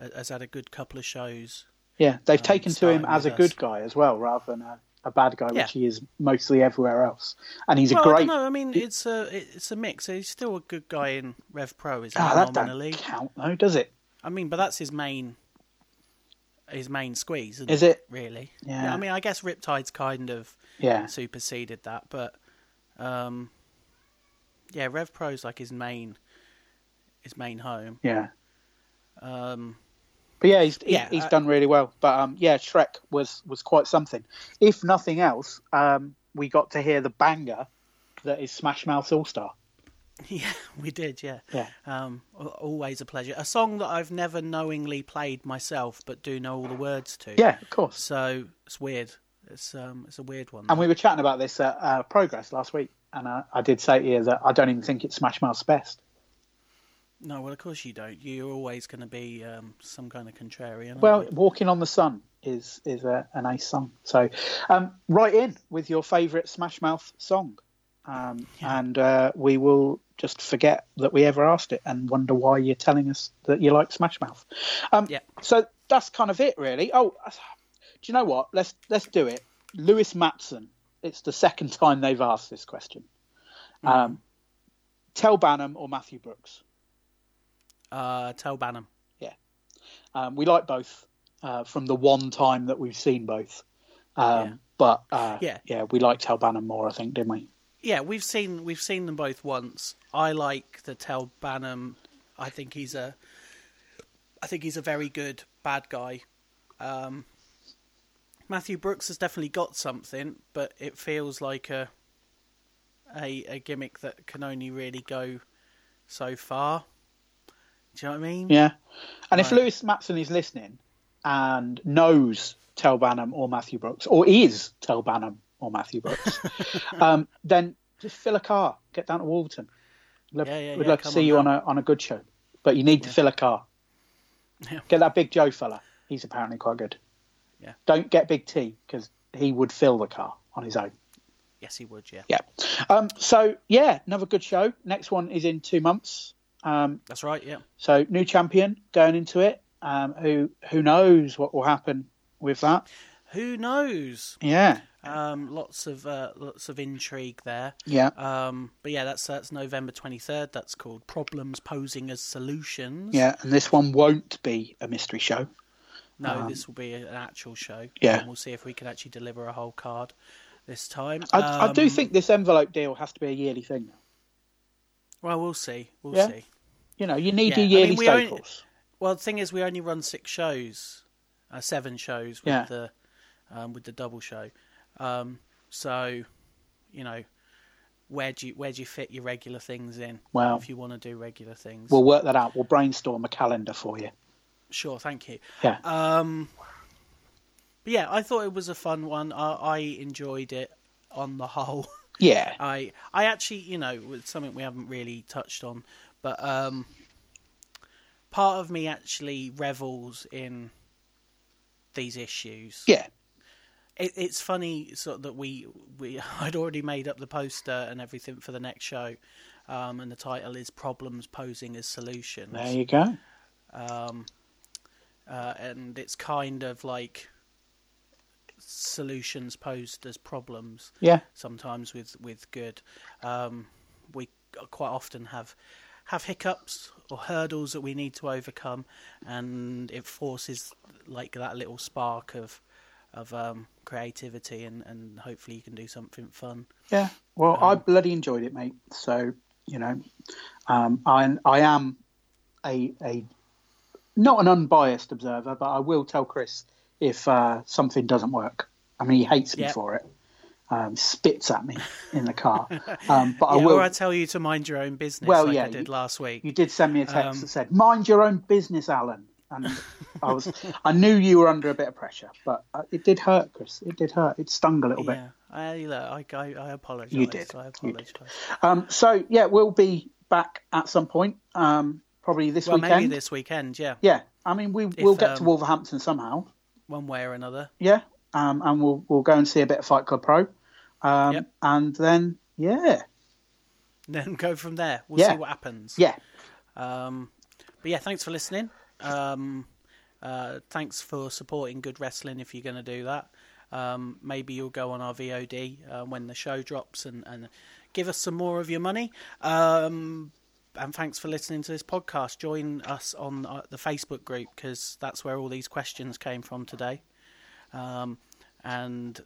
S2: ha- has had a good couple of shows.
S3: Yeah,
S2: Um,
S3: they've taken to
S2: starting
S3: him as a
S2: with us.
S3: good guy as well, rather than a, a bad guy,
S2: Yeah.
S3: which he is mostly everywhere else. And he's
S2: well,
S3: a
S2: I
S3: great.
S2: don't know. I mean, it's a it's a mix. He's still a good guy in Rev Pro, is
S3: Ah,
S2: not
S3: that
S2: he?
S3: don't
S2: Nominally,
S3: count though, does it?
S2: I mean, but that's his main his main squeeze, isn't
S3: Is
S2: it?
S3: it?
S2: Really?
S3: Yeah.
S2: I mean, I guess Riptide's kind of
S3: Yeah,
S2: superseded that, but um, yeah, Rev Pro's like his main his main home.
S3: yeah.
S2: Um,
S3: But yeah, he's he-
S2: Yeah,
S3: he's
S2: I-
S3: done really well. But um, yeah, Shrek was was quite something. If nothing else, um, we got to hear the banger that is Smash Mouth All Star.
S2: yeah, we did. Yeah.
S3: Yeah,
S2: Um, al- always a pleasure. A song that I've never knowingly played myself, but do know all the words to.
S3: yeah, of course.
S2: So it's weird. It's um, it's a weird one.
S3: And we were chatting about this at uh, Progress last week, and uh, I, I did say to you that I don't even think it's Smash Mouth's best.
S2: No, well, of course you don't. You're always going to be um, some kind of contrarian. aren't
S3: Well,
S2: you?
S3: Walking on the Sun is is a, an ace song. So, um, write in with your favourite Smash Mouth song, um, and uh, we will just forget that we ever asked it and wonder why you're telling us that you like Smash Mouth. Um,
S2: Yeah.
S3: So that's kind of it, really. Oh, do you know what? Let's let's do it. Lewis Matson. It's the second time they've asked this question. Um, Tell Bannum or Matthew Brooks.
S2: uh, tell Bannum.
S3: Um, we like both uh, from the one time that we've seen both. Um, But uh,
S2: Yeah.
S3: yeah. we liked Hellbannon more, I think, didn't we?
S2: Yeah, we've seen we've seen them both once. I like the Tell Bannum. I think he's a, I think he's a very good bad guy. Um, Matthew Brooks has definitely got something, but it feels like a, a a gimmick that can only really go so far. Do you know what I mean?
S3: Yeah. And if
S2: Right.
S3: Lewis Matson is listening and knows Tel Bannum or Matthew Brooks, or is Tel Bannum or Matthew Brooks, um, then just fill a car, get down to Wolverton. Love-
S2: Yeah, yeah,
S3: we'd
S2: yeah,
S3: love to
S2: come
S3: see
S2: on
S3: you
S2: down.
S3: on a on a good show, but you need to fill a car.
S2: Yeah.
S3: Get that Big Joe fella; he's apparently quite good.
S2: Yeah.
S3: Don't get Big T because he would fill the car on his own.
S2: Yes, he would. Yeah,
S3: Yeah. Um, so yeah, another good show. Next one is in two months. Um,
S2: that's right. Yeah.
S3: so new champion going into it. Um, who who knows what will happen with that?
S2: Who knows?
S3: Yeah.
S2: Um, lots of uh, lots of intrigue there.
S3: Yeah.
S2: Um, but yeah, that's that's November twenty third. That's called Problems Posing as Solutions.
S3: Yeah. And this one won't be a mystery show.
S2: No, this will be an actual show.
S3: Uh-huh. Yeah.
S2: And we'll see if we can actually deliver a whole card this time.
S3: I, I do
S2: Um,
S3: think this envelope deal has to be a yearly thing.
S2: Well, we'll see. We'll
S3: Yeah.
S2: see.
S3: You know, you need
S2: Yeah, I
S3: your yearly
S2: mean, we only-
S3: staples.
S2: Well, the thing is, we only run six shows, uh, seven shows with
S3: Yeah.
S2: the um, with the double show. Um, so, you know, where do you where do you fit your regular things in?
S3: Well-
S2: if you want to do regular things,
S3: We'll work that out. We'll brainstorm a calendar for you.
S2: Sure, thank you.
S3: Yeah.
S2: Um, but yeah, I thought it was a fun one. I, I enjoyed it on the whole.
S3: yeah.
S2: I I actually, you know, it's something we haven't really touched on, but um, part of me actually revels in these issues.
S3: yeah.
S2: It, it's funny sort of that we we I'd already made up the poster and everything for the next show, um, and the title is "Problems Posing as Solutions."
S3: There you go.
S2: uh, and it's kind of like solutions posed as problems
S3: Yeah.
S2: sometimes with with good um, we quite often have have hiccups or hurdles that we need to overcome and it forces like that little spark of of um, creativity and and hopefully you can do something fun
S3: Yeah. Well,
S2: Um,
S3: I bloody enjoyed it, mate. So you know, um, I I am a a not an unbiased observer, but I will tell Chris if uh, something doesn't work. I mean, he hates me
S2: Yeah.
S3: for it. Um, spits at me in the car, um, but I
S2: yeah,
S3: will.
S2: or i tell you to mind your own business
S3: Well,
S2: like
S3: yeah,
S2: i did
S3: you-
S2: last week
S3: you did send me a text
S2: Um,
S3: that said, "Mind your own business, Alan." And I was, I knew you were under a bit of pressure, but uh, it did hurt, Chris. It did hurt. It stung a little bit.
S2: yeah i look, i i, I apologize
S3: You did.
S2: i
S3: You did.
S2: apologize
S3: Um, so yeah, we'll be back at some point, um, probably this
S2: well
S3: weekend.
S2: maybe this weekend yeah
S3: Yeah, I mean we will get to
S2: um,
S3: Wolverhampton somehow.
S2: one way or another.
S3: yeah, um, and we'll we'll go and see a bit of Fight Club Pro, um,
S2: Yep.
S3: and then yeah,
S2: Then go from there. We'll
S3: Yeah.
S2: see what happens.
S3: yeah,
S2: Um, but yeah, thanks for listening. Um, uh, thanks for supporting good wrestling if you're going to do that. Um, maybe you'll go on our VOD uh, when the show drops and, and give us some more of your money. Um, and thanks for listening to this podcast. Join us on uh, the Facebook group because that's where all these questions came from today. Um, and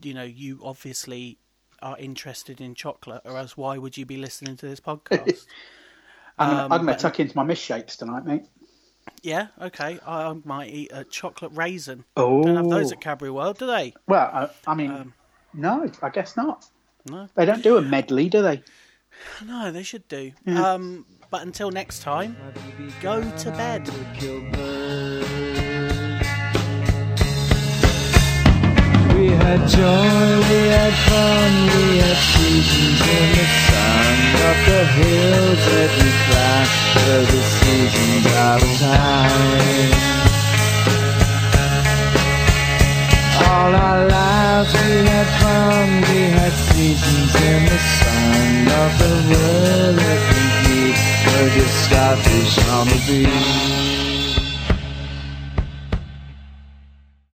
S2: you know, you obviously are interested in chocolate, or else why would you be listening to this podcast?
S3: I'm gonna,
S2: Um,
S3: I'm gonna
S2: but-
S3: tuck into my miss shapes tonight, mate.
S2: Yeah, okay. I I might eat a chocolate raisin.
S3: Oh,
S2: Don't have those at Cadbury World, do they?
S3: well, I, I mean, no, I guess not.
S2: Um, No.
S3: They don't do a medley, do they?
S2: No, they should do. Um, but until next time, go to bed.
S1: We had joy, we had fun, we had seasons in the sun. Up the hills that we climbed, were the seasons out of time. All our lives we had fun, we had seasons in the sun. Of the world that we keep, were just starfish on the beach.